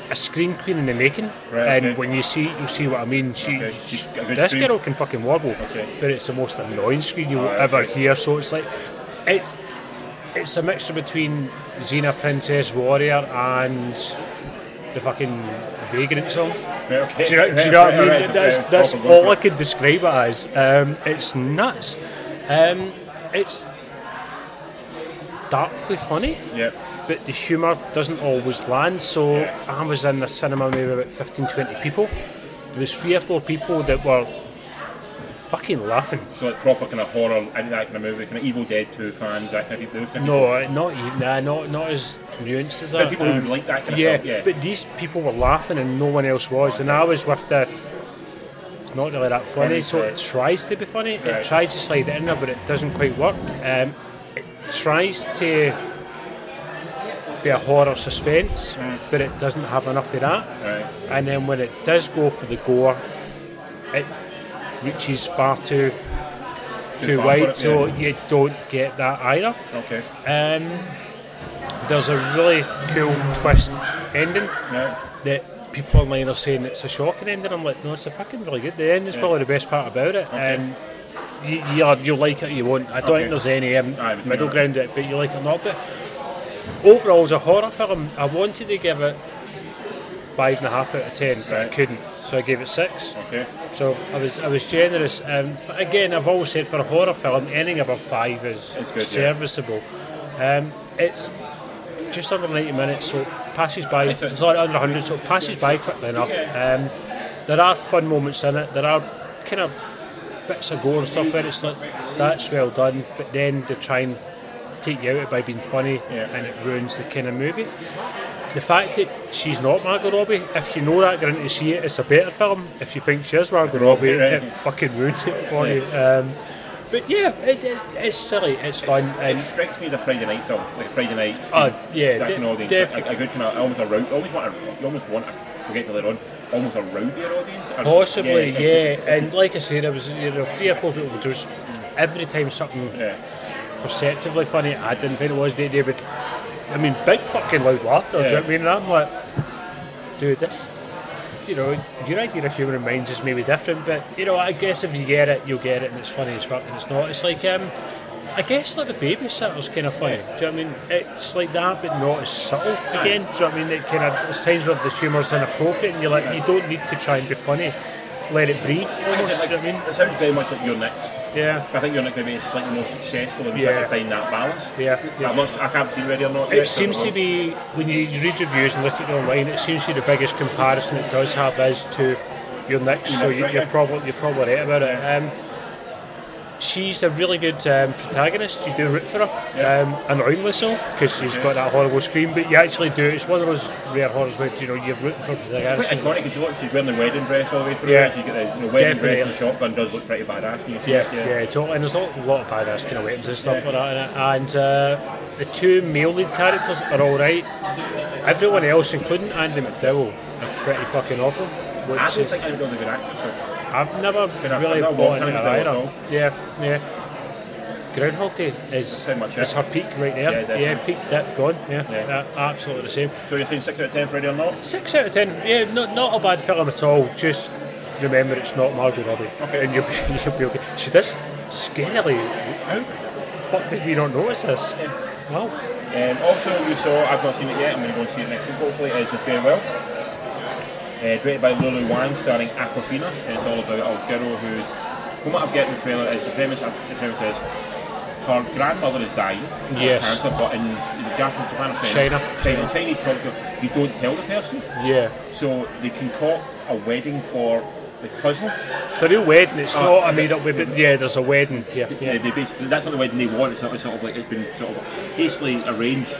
[SPEAKER 3] a scream queen in the making,
[SPEAKER 2] Right,
[SPEAKER 3] and
[SPEAKER 2] okay.
[SPEAKER 3] when you see, you see what I mean. She,
[SPEAKER 2] Okay, she's got a good
[SPEAKER 3] this
[SPEAKER 2] scream.
[SPEAKER 3] girl can fucking warble,
[SPEAKER 2] Okay.
[SPEAKER 3] but it's the most annoying scream you'll
[SPEAKER 2] Alright,
[SPEAKER 3] ever
[SPEAKER 2] okay.
[SPEAKER 3] hear. So it's like it it's a mixture between Xena Princess Warrior and the fucking Vagrant song.
[SPEAKER 2] Right, okay.
[SPEAKER 3] Do you know, do you
[SPEAKER 2] Right,
[SPEAKER 3] know what I
[SPEAKER 2] right,
[SPEAKER 3] mean?
[SPEAKER 2] right, okay,
[SPEAKER 3] that's
[SPEAKER 2] proper
[SPEAKER 3] that's
[SPEAKER 2] one
[SPEAKER 3] all
[SPEAKER 2] for
[SPEAKER 3] I
[SPEAKER 2] it.
[SPEAKER 3] could describe it as. Um, it's nuts. Um, it's darkly funny,
[SPEAKER 2] Yeah,
[SPEAKER 3] but the humour doesn't always land. So I was in the cinema, maybe about 15, 20 people. There was three or four people that were fucking laughing.
[SPEAKER 2] so like proper kind of horror, any that kind of movie, kind of Evil Dead 2 fans, that kind of those kind of
[SPEAKER 3] No, uh, not even. Nah, not not as nuanced as that. Um,
[SPEAKER 2] people who like that kind of
[SPEAKER 3] yeah,
[SPEAKER 2] stuff, yeah.
[SPEAKER 3] but these people were laughing and no one else was, and I was with the. It's not really that funny, so it
[SPEAKER 2] Right.
[SPEAKER 3] tries to be funny.
[SPEAKER 2] Right.
[SPEAKER 3] It tries to slide it in there, but it doesn't quite work. Um, it tries to be a horror suspense,
[SPEAKER 2] Mm.
[SPEAKER 3] but it doesn't have enough of that.
[SPEAKER 2] Right.
[SPEAKER 3] And then when it does go for the gore, it reaches far too
[SPEAKER 2] far
[SPEAKER 3] too,
[SPEAKER 2] for
[SPEAKER 3] wide,
[SPEAKER 2] it,
[SPEAKER 3] so
[SPEAKER 2] yeah.
[SPEAKER 3] you don't get that either.
[SPEAKER 2] Okay.
[SPEAKER 3] Um, there's a really cool twist ending
[SPEAKER 2] No.
[SPEAKER 3] that people online are saying it's a shocking ending. I'm like, no, it's a fucking really good. The ending's probably the best part about it, and you, you'll, you'll like it, or you won't. I don't
[SPEAKER 2] Okay.
[SPEAKER 3] think there's any um,
[SPEAKER 2] Aye, but
[SPEAKER 3] middle
[SPEAKER 2] no.
[SPEAKER 3] ground, it, but you like it or not. But overall, as a horror film, I wanted to give it five and a half out of ten, but I
[SPEAKER 2] Right.
[SPEAKER 3] couldn't, so I gave it six.
[SPEAKER 2] Okay.
[SPEAKER 3] So I was I was generous. Um, f- again, I've always said for a horror film, anything above five is
[SPEAKER 2] It's good, yeah.
[SPEAKER 3] serviceable. Um, it's just under 90 minutes, so it passes by.
[SPEAKER 2] It's
[SPEAKER 3] It's,
[SPEAKER 2] a-
[SPEAKER 3] not under 100, so it passes by quickly enough. Um, there are fun moments in it. There are kind of bits of gore and stuff where it's like that's well done, but then they try and take you out of it by being funny,
[SPEAKER 2] Yeah.
[SPEAKER 3] and it ruins the kind of movie. The fact that she's not Margot Robbie, if you know that going to see it, it's a better film. If you think she is Margot Robbie,
[SPEAKER 2] right.
[SPEAKER 3] it fucking ruins it for you. Um, but yeah, it, it, it's silly, it's fun,
[SPEAKER 2] It
[SPEAKER 3] and
[SPEAKER 2] strikes me as a Friday night film, like a Friday night.
[SPEAKER 3] Oh, yeah,
[SPEAKER 2] that kind
[SPEAKER 3] de-
[SPEAKER 2] of audience,
[SPEAKER 3] def-
[SPEAKER 2] a, a good kind of almost a round. Always want a, you almost want. A, we'll get to later on. Almost a roundier audience. or-
[SPEAKER 3] Possibly,
[SPEAKER 2] it's-
[SPEAKER 3] yeah. And like I said, I was you know three or four people were just
[SPEAKER 2] Mm.
[SPEAKER 3] every time something
[SPEAKER 2] Yeah.
[SPEAKER 3] perceptively funny. I didn't think it was day day, but I mean, big fucking loud laughter. Do you know what I mean? And I'm like, dude, this. You know, your idea of human minds is maybe different, but you know, I guess if you get it, you'll get it, and it's funny as fuck, and it's not. It's like, um, I guess like the babysitter's kind of funny. Do you know what I mean? It's like that, but not as subtle. Again, do you know what I mean? It kind of there's times where the humour's inappropriate, and you're like, you don't need to try and be funny. Let it breathe.
[SPEAKER 2] It's
[SPEAKER 3] Almost,
[SPEAKER 2] like-
[SPEAKER 3] do you know what I mean?
[SPEAKER 2] It sounds very much like your next.
[SPEAKER 3] Yeah.
[SPEAKER 2] I think your next maybe is slightly more successful in
[SPEAKER 3] Yeah.
[SPEAKER 2] trying to find that balance.
[SPEAKER 3] Yeah, yeah.
[SPEAKER 2] I'm not, I can't see whether or not.
[SPEAKER 3] It seems to be when you read reviews and look at it online, it seems to be the biggest comparison it does have is to your next. So you, you're probably you're probably right about it. Um, she's a really good um, protagonist. You do root for her, um, annoyingly so, because she's got that horrible scream. But you actually do. It's one of those rare horrors where you know you're rooting for
[SPEAKER 2] Quite
[SPEAKER 3] protagonist.
[SPEAKER 2] iconic because you look, she's wearing the wedding dress all the way through.
[SPEAKER 3] Yeah.
[SPEAKER 2] Yeah. She's got the you know, wedding dress and
[SPEAKER 3] Definitely.
[SPEAKER 2] the shotgun does look pretty badass. When you see
[SPEAKER 3] Yeah,
[SPEAKER 2] it,
[SPEAKER 3] yeah, totally. And there's a lot of badass kind of weapons and stuff like that. In it. And uh, the two male lead characters are all right. Everyone else, including Andy McDowell, are pretty fucking awful. Which
[SPEAKER 2] I don't
[SPEAKER 3] is,
[SPEAKER 2] think I'm a good actor. So.
[SPEAKER 3] I've never
[SPEAKER 2] I've
[SPEAKER 3] really
[SPEAKER 2] never
[SPEAKER 3] bought
[SPEAKER 2] watched
[SPEAKER 3] into
[SPEAKER 2] Andy McDowell
[SPEAKER 3] that
[SPEAKER 2] at
[SPEAKER 3] either.
[SPEAKER 2] all.
[SPEAKER 3] Yeah, yeah. Groundhog Day is,
[SPEAKER 2] Pretty much
[SPEAKER 3] is
[SPEAKER 2] it.
[SPEAKER 3] her peak right there.
[SPEAKER 2] Yeah,
[SPEAKER 3] peak dip gone. Yeah,
[SPEAKER 2] Yeah.
[SPEAKER 3] yeah, absolutely the same.
[SPEAKER 2] So you're saying six out of ten for Ready or Not?
[SPEAKER 3] Six out of ten. Yeah, not not a bad film at all. Just remember it's not Margot Robbie,
[SPEAKER 2] Okay.
[SPEAKER 3] and you'll be, you'll be okay. She does scarily. How the fuck did we not notice this? Well,
[SPEAKER 2] And Um, also, you saw, I've not seen it yet, I'm going to go and see it next week, hopefully, is The Farewell. Uh, directed by Lulu Wang, starring Aquafina, and it's all about a girl who's, from what I've got in the trailer, is the premise, uh, the premise is her grandmother is dying of
[SPEAKER 3] Yes.
[SPEAKER 2] cancer, but in, the Japan, Japan or
[SPEAKER 3] China.
[SPEAKER 2] China, China, Chinese culture, you don't tell the person,
[SPEAKER 3] yeah,
[SPEAKER 2] so they concoct a wedding for the cousin.
[SPEAKER 3] it's a real wedding. It's
[SPEAKER 2] Ah,
[SPEAKER 3] not a
[SPEAKER 2] yeah.
[SPEAKER 3] made up wedding. but Yeah, there's a wedding. Yeah,
[SPEAKER 2] Yeah,
[SPEAKER 3] yeah.
[SPEAKER 2] they basically, that's not the wedding they want. It's sort of, sort of like it's been sort of hastily arranged,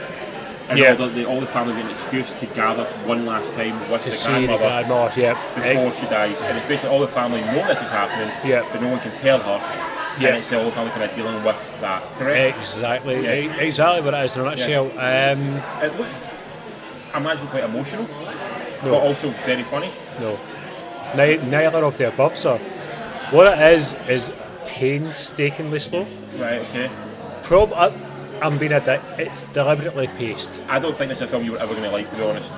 [SPEAKER 2] and
[SPEAKER 3] Yeah.
[SPEAKER 2] all, the, the, all the family get an excuse to gather for one last time with
[SPEAKER 3] To
[SPEAKER 2] the
[SPEAKER 3] see the
[SPEAKER 2] grandmother
[SPEAKER 3] grandma. Yeah,
[SPEAKER 2] before she dies. And it's basically all the family know this is happening,
[SPEAKER 3] Yeah.
[SPEAKER 2] but no one can tell her.
[SPEAKER 3] Yeah.
[SPEAKER 2] And it's the whole family kind of dealing with that. Correct.
[SPEAKER 3] Exactly,
[SPEAKER 2] Yeah.
[SPEAKER 3] e- exactly what it is in a nutshell. Um,
[SPEAKER 2] It looks, I imagine, quite emotional,
[SPEAKER 3] No.
[SPEAKER 2] but also very funny.
[SPEAKER 3] no, Nei- neither of the above, sir. What it is is painstakingly slow.
[SPEAKER 2] Right. Okay.
[SPEAKER 3] Prob, I, I'm being a dick. It's deliberately paced.
[SPEAKER 2] I don't think this is a film you were ever going to like, to be honest.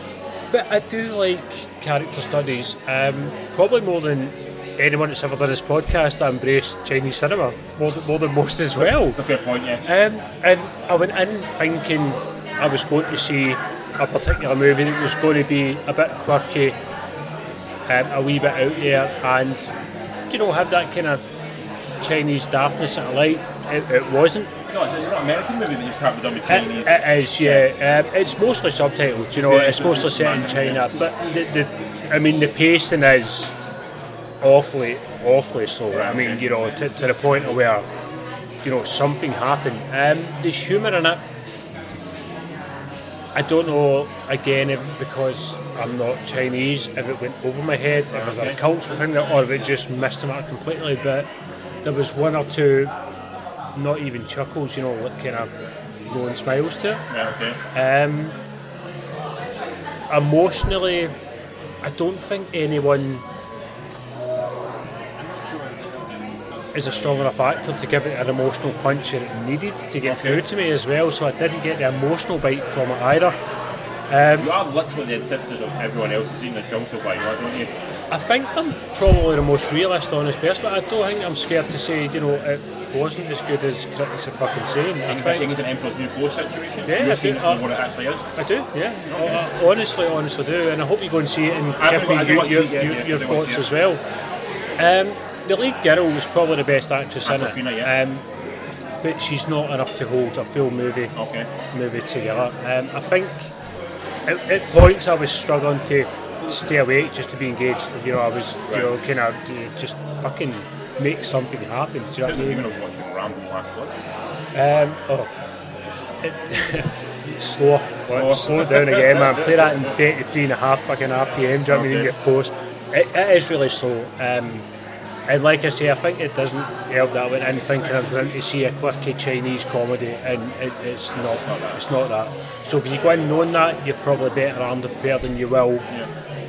[SPEAKER 3] But I do like character studies. Um, probably more than anyone that's ever done this podcast. I embrace Chinese cinema more than, more than most as well.
[SPEAKER 2] It's a fair point. Yes.
[SPEAKER 3] Um, and I went in thinking I was going to see a particular movie that was going to be a bit quirky, um, a wee bit out there, and you know have that kind of Chinese daftness that I liked. It, it wasn't.
[SPEAKER 2] no, it's, it's not an American movie that just happened to be
[SPEAKER 3] It,
[SPEAKER 2] Chinese.
[SPEAKER 3] it is, yeah. Um, it's mostly subtitled, you know.
[SPEAKER 2] Yeah,
[SPEAKER 3] it's
[SPEAKER 2] it's
[SPEAKER 3] mostly set in
[SPEAKER 2] manga,
[SPEAKER 3] China, but the, the, I mean, the pacing is awfully, awfully slow. I mean, you know, to, to the point of where, you know, something happened. Um, the humour in it, I don't know. Again, if, because I'm not Chinese, if it went over my head, if it was a
[SPEAKER 2] Okay.
[SPEAKER 3] cultural thing, or if it just missed the mark completely. But there was one or two, not even chuckles, you know, like kind of knowing smiles to it.
[SPEAKER 2] Right, okay.
[SPEAKER 3] Um, emotionally, I don't think anyone is a strong enough actor to give it an emotional punch that it needed to get through to me as well. So I didn't get the emotional bite from it either.
[SPEAKER 2] You are literally the antithesis of everyone else who's seen the film so far, you are, don't you?
[SPEAKER 3] I think I'm probably the most realist, honest person, but I don't think I'm scared to say, you know, it wasn't as good as critics are fucking saying. I
[SPEAKER 2] You think
[SPEAKER 3] think
[SPEAKER 2] it's an Emperor's New Clothes situation?
[SPEAKER 3] Yeah, I
[SPEAKER 2] You're seeing
[SPEAKER 3] think-
[SPEAKER 2] it for what it actually is.
[SPEAKER 3] I do, yeah. I, I honestly, honestly do, and I hope you go and see it and
[SPEAKER 2] I'm
[SPEAKER 3] give
[SPEAKER 2] gonna go-
[SPEAKER 3] me
[SPEAKER 2] I do
[SPEAKER 3] your,
[SPEAKER 2] want to
[SPEAKER 3] your,
[SPEAKER 2] see it, yeah,
[SPEAKER 3] your,
[SPEAKER 2] yeah,
[SPEAKER 3] your
[SPEAKER 2] I do want
[SPEAKER 3] thoughts
[SPEAKER 2] to
[SPEAKER 3] as
[SPEAKER 2] see
[SPEAKER 3] well. Um, the lead girl was probably the best actress in
[SPEAKER 2] Aquafina,
[SPEAKER 3] it,
[SPEAKER 2] yeah.
[SPEAKER 3] um, but she's not enough to hold a full movie
[SPEAKER 2] Okay.
[SPEAKER 3] movie together. Um, I think at, at points I was struggling to stay awake just to be engaged. You know, I was you know kind of just fucking make something happen. Do you know
[SPEAKER 2] I
[SPEAKER 3] what I mean?
[SPEAKER 2] even know watching Rambo last blood.
[SPEAKER 3] Um, oh, it, slow, slow. slow it down again, man. Play that in 33 and a half fucking RPM, do you know what I mean?
[SPEAKER 2] Okay.
[SPEAKER 3] In your post. It, it is really slow. Um, and like I say, I think it doesn't help that I went in thinking I was going to see a quirky Chinese comedy, and it, it's not. It's not, that. So if you go in knowing that, you're probably better armed and prepared than you will.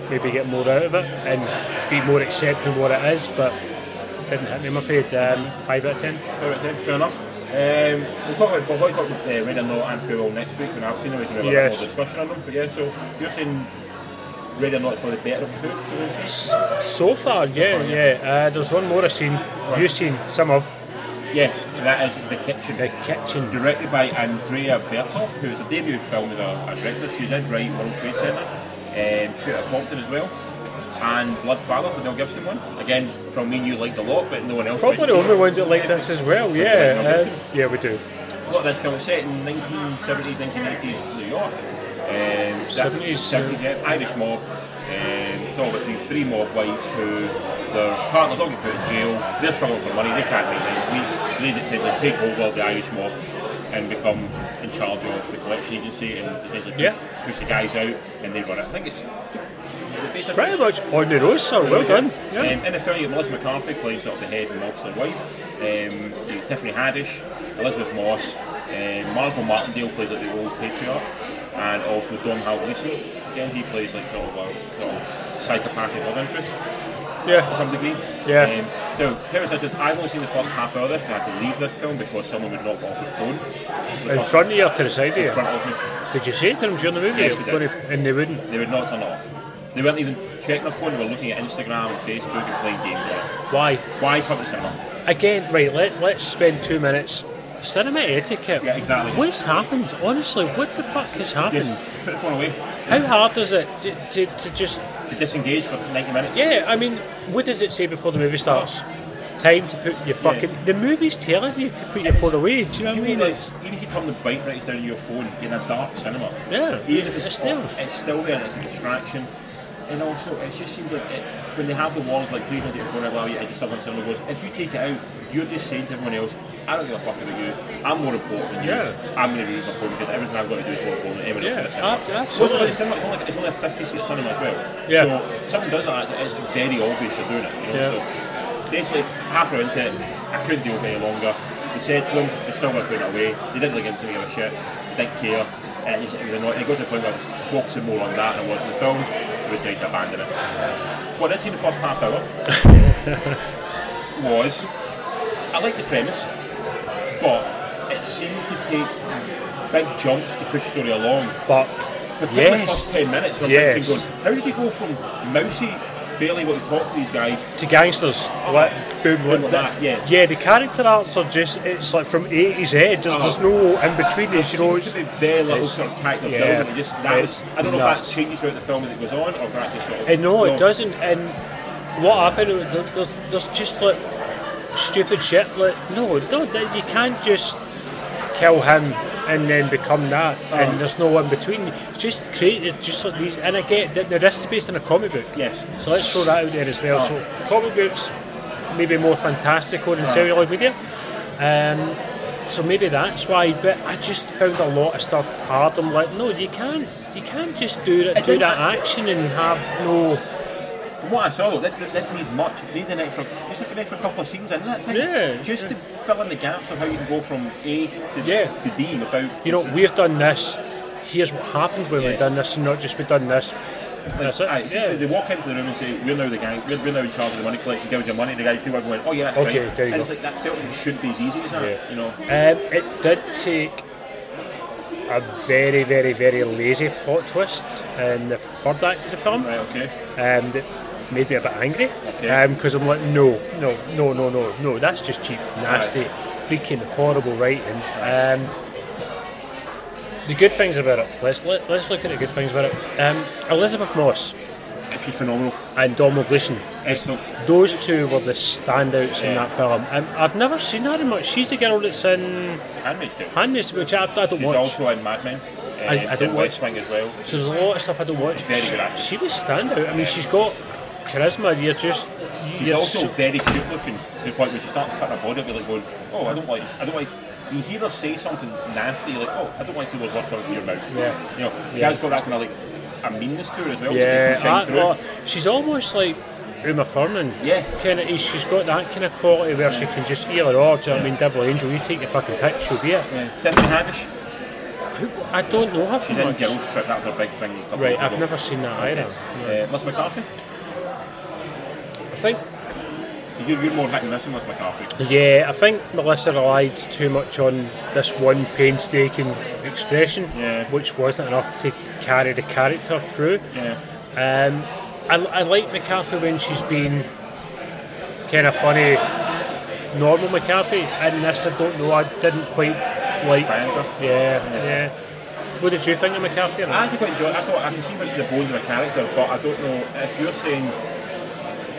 [SPEAKER 3] Maybe get more out of it and be more accepting of what it is, but didn't hit me, I'm afraid. Um, five out of ten.
[SPEAKER 2] Fair, right then, fair enough. Um, we'll talk about, we'll probably talk about uh, Red and Law and Farewell next week when I've seen them. We can have
[SPEAKER 3] Yes.
[SPEAKER 2] a little discussion on them. But yeah, so you're saying Red and Law is probably better of the two? you would say?
[SPEAKER 3] So far, yeah, yeah. Uh, there's one more I've seen. You've seen some of
[SPEAKER 2] Yes, that is The Kitchen.
[SPEAKER 3] the kitchen.
[SPEAKER 2] Directed by Andrea Berthoff, who is a debut film as a, a director. She did write World Trade Center, um, Shoot at Compton as well, and Bloodfather, the Mel Gibson one. Again, from me and you liked a lot, but no one else.
[SPEAKER 3] Probably
[SPEAKER 2] liked
[SPEAKER 3] the
[SPEAKER 2] it.
[SPEAKER 3] only ones that like this as well. Yeah, uh, yeah, we do.
[SPEAKER 2] A lot of this film is set in 1970s, 1980s New York. Um, that-
[SPEAKER 3] 70s,
[SPEAKER 2] 70s, yeah. Irish mob. Um, it's all about these three mob wives who their partners all get put in jail. They're struggling for money. They can't make ends meet. So They essentially take over the Irish mob and become in charge of the collection agency and essentially
[SPEAKER 3] Yeah.
[SPEAKER 2] push the guys out and they run it. I think it's. is it based on-
[SPEAKER 3] Pretty much on the nose, sir. Well done.
[SPEAKER 2] um,
[SPEAKER 3] Yeah.
[SPEAKER 2] in the film, you have Melissa McCarthy playing sort of the head and obviously wife. Um, you have Tiffany Haddish, Elizabeth Moss, um, Margot Martindale plays like the old patriarch, and also Dom Halvorsen. Again, he plays like sort of a sort of psychopathic love interest
[SPEAKER 3] yeah.
[SPEAKER 2] to some degree.
[SPEAKER 3] Yeah.
[SPEAKER 2] Um, So, Parents Sisters, I've only seen the first half hour of this, and I had to leave this film because someone would knock off his phone. The
[SPEAKER 3] In
[SPEAKER 2] first-
[SPEAKER 3] front of you or to the side of
[SPEAKER 2] in
[SPEAKER 3] you?
[SPEAKER 2] front of me.
[SPEAKER 3] Did you say to them during the movie?
[SPEAKER 2] Yes, we did.
[SPEAKER 3] Gonna- and they wouldn't.
[SPEAKER 2] They would not turn it off. They weren't even checking their phone, they were looking at Instagram and Facebook and playing games on
[SPEAKER 3] Why?
[SPEAKER 2] it. Why turn the cinema?
[SPEAKER 3] Again, right, let, let's spend two minutes. Cinema etiquette.
[SPEAKER 2] Yeah, exactly.
[SPEAKER 3] What's happened? Honestly, what the fuck has happened?
[SPEAKER 2] Just put the phone away.
[SPEAKER 3] How hard is it to, to, to just.
[SPEAKER 2] To disengage for 90 minutes.
[SPEAKER 3] Yeah, I mean, what does it say before the movie starts? Time to put your fucking. The movie's telling you to put your phone away. Do you know what I
[SPEAKER 2] You
[SPEAKER 3] mean?
[SPEAKER 2] realise,
[SPEAKER 3] It's,
[SPEAKER 2] even if you turn the bike right down to your phone, you're in a dark cinema.
[SPEAKER 3] Yeah,
[SPEAKER 2] even if
[SPEAKER 3] it's
[SPEAKER 2] it's,
[SPEAKER 3] still-
[SPEAKER 2] hot, it's still there. and It's a distraction, and also it just seems like it, when they have the warnings like please don't take your phone out while you're at the southern cinema goes. If you take it out, you're just saying to everyone else, I don't give a fuck about you. I'm more important than you.
[SPEAKER 3] Yeah.
[SPEAKER 2] I'm going to be my phone because everything I've got to do is more important than anyone else in
[SPEAKER 3] Yeah,
[SPEAKER 2] the cinema.
[SPEAKER 3] ab- absolutely.
[SPEAKER 2] Well, it's, only, it's, only, it's only a 50 seat cinema as well.
[SPEAKER 3] Yeah.
[SPEAKER 2] So if someone does that, it's it's very obvious you're doing it. You know?
[SPEAKER 3] Yeah.
[SPEAKER 2] So, basically half hour into it, I couldn't deal with it any longer. They said to them, they still weren't putting it away. They didn't really give to me a shit. They didn't care. And it, just, it was annoying. It got to the point where I was focusing more on that than I was on the film, so we decided to abandon it. What I did see in the first half hour was, I liked the premise, but it seemed to take big jumps to push the story along.
[SPEAKER 3] fuck.
[SPEAKER 2] Particularly the first
[SPEAKER 3] Yes.
[SPEAKER 2] 10 minutes, where I'm
[SPEAKER 3] Yes.
[SPEAKER 2] thinking, going, how did they go from mousy, barely able to talk to these guys,
[SPEAKER 3] To gangsters. Like, boom,
[SPEAKER 2] Boom, that,
[SPEAKER 3] like that.
[SPEAKER 2] yeah.
[SPEAKER 3] Yeah, the character arts are just. It's like from A to Z. There's, there's no in between. You know,
[SPEAKER 2] seems
[SPEAKER 3] it's,
[SPEAKER 2] to be very little
[SPEAKER 3] it's-
[SPEAKER 2] sort of character
[SPEAKER 3] yeah,
[SPEAKER 2] building. It just that was,
[SPEAKER 3] it's
[SPEAKER 2] I don't know if
[SPEAKER 3] nuts.
[SPEAKER 2] that changes throughout the film as it goes on, or if that just sort of.
[SPEAKER 3] And no,
[SPEAKER 2] No.
[SPEAKER 3] it doesn't. And what I found out, there- there's there's just like stupid shit. Like no, no, that- you can't just kill him and then become that. And there's no in between. It's just created just like these. And I get that the rest is based on a comic book.
[SPEAKER 2] Yes.
[SPEAKER 3] So let's throw that out there as well.
[SPEAKER 2] Oh.
[SPEAKER 3] So comic books maybe more fantastical than celluloid media. Um, so maybe that's why. But I just found a lot of stuff hard. I'm like, no, you can't. You can't just do that, do
[SPEAKER 2] think
[SPEAKER 3] that
[SPEAKER 2] that-
[SPEAKER 3] action and have no.
[SPEAKER 2] From what I saw, though, that didn't need much. It needed an extra, just like an extra couple of scenes in that time,
[SPEAKER 3] Yeah.
[SPEAKER 2] just to fill in the gaps of how you can go from A to,
[SPEAKER 3] Yeah.
[SPEAKER 2] to D without.
[SPEAKER 3] you know, we've done this. Here's what happened when
[SPEAKER 2] Yeah.
[SPEAKER 3] we've done this, and not just we've done this. That's it.
[SPEAKER 2] Aye, it's
[SPEAKER 3] yeah.
[SPEAKER 2] just They walk into the room and say, "We're now the gang. We're, we're now in charge of the money collection. Give us your money." And the guy came over and went, "Oh yeah, that's
[SPEAKER 3] Okay,
[SPEAKER 2] right."
[SPEAKER 3] there you
[SPEAKER 2] and it's
[SPEAKER 3] go.
[SPEAKER 2] like that felt like it shouldn't be as easy as that,
[SPEAKER 3] Yeah.
[SPEAKER 2] you know.
[SPEAKER 3] Um, it did take a very, very, very lazy plot twist in the third act of the film
[SPEAKER 2] Right? Okay.
[SPEAKER 3] um, that made me a bit angry
[SPEAKER 2] Okay.
[SPEAKER 3] because I'm like, no, no, no, no, no, no, that's just cheap, nasty, freaking horrible writing. Um, the good things about it, let's let, let's look at the good things about it. Um, Elizabeth Moss
[SPEAKER 2] If you're phenomenal,
[SPEAKER 3] and Donald Gleeson
[SPEAKER 2] excellent.
[SPEAKER 3] Those two were the standouts in
[SPEAKER 2] Yeah.
[SPEAKER 3] that film. Um, I've never seen her in much. She's the girl that's in
[SPEAKER 2] Handmaid's Tale.
[SPEAKER 3] Handmaid's, which I, I don't
[SPEAKER 2] She's
[SPEAKER 3] watch.
[SPEAKER 2] also in Mad Men.
[SPEAKER 3] I- I
[SPEAKER 2] uh,
[SPEAKER 3] don't
[SPEAKER 2] in
[SPEAKER 3] watch-
[SPEAKER 2] West Wing as well.
[SPEAKER 3] so there's a lot of stuff I don't watch.
[SPEAKER 2] Very good
[SPEAKER 3] she,
[SPEAKER 2] actress.
[SPEAKER 3] she was standout. I mean, she's got charisma. You're just.
[SPEAKER 2] She's
[SPEAKER 3] you're
[SPEAKER 2] also
[SPEAKER 3] so-
[SPEAKER 2] very cute looking to the point where she starts cutting her body up, you're like going, oh, I don't like, I don't like. You hear her say something nasty, you're like, oh, I don't like to see those words coming from your mouth.
[SPEAKER 3] Yeah.
[SPEAKER 2] You know, she
[SPEAKER 3] Yeah.
[SPEAKER 2] has got that kind of like a meanness to her as well. that
[SPEAKER 3] yeah,
[SPEAKER 2] you can shine
[SPEAKER 3] that,
[SPEAKER 2] through.
[SPEAKER 3] well, she's almost like Uma Thurman.
[SPEAKER 2] Yeah.
[SPEAKER 3] Kind of, she's got that kind of quality where she can just either or. Do you know what I mean? Devil Angel, you take the fucking pick, she'll be it.
[SPEAKER 2] Yeah. Uh, Tiffany Haddish,
[SPEAKER 3] Who- I don't know her
[SPEAKER 2] she's
[SPEAKER 3] from
[SPEAKER 2] in
[SPEAKER 3] much.
[SPEAKER 2] Girls Trip, that was her big thing. a couple
[SPEAKER 3] Right,
[SPEAKER 2] of
[SPEAKER 3] I've
[SPEAKER 2] ago.
[SPEAKER 3] never seen that either.
[SPEAKER 2] Uh, Melissa McCarthy?
[SPEAKER 3] I think
[SPEAKER 2] You're, you're more hit and miss than Melissa McCarthy.
[SPEAKER 3] Yeah, I think Melissa relied too much on this one painstaking expression,
[SPEAKER 2] Yeah.
[SPEAKER 3] which wasn't enough to carry the character through.
[SPEAKER 2] Yeah.
[SPEAKER 3] Um, I, I like McCarthy when she's been kind of funny, normal McCarthy. And this, I don't know, I didn't quite like.
[SPEAKER 2] Find her.
[SPEAKER 3] Yeah, yeah. What did you think of McCarthy?
[SPEAKER 2] I actually quite enjoyed it. I thought I can see the bones of a character, but I don't know if you're saying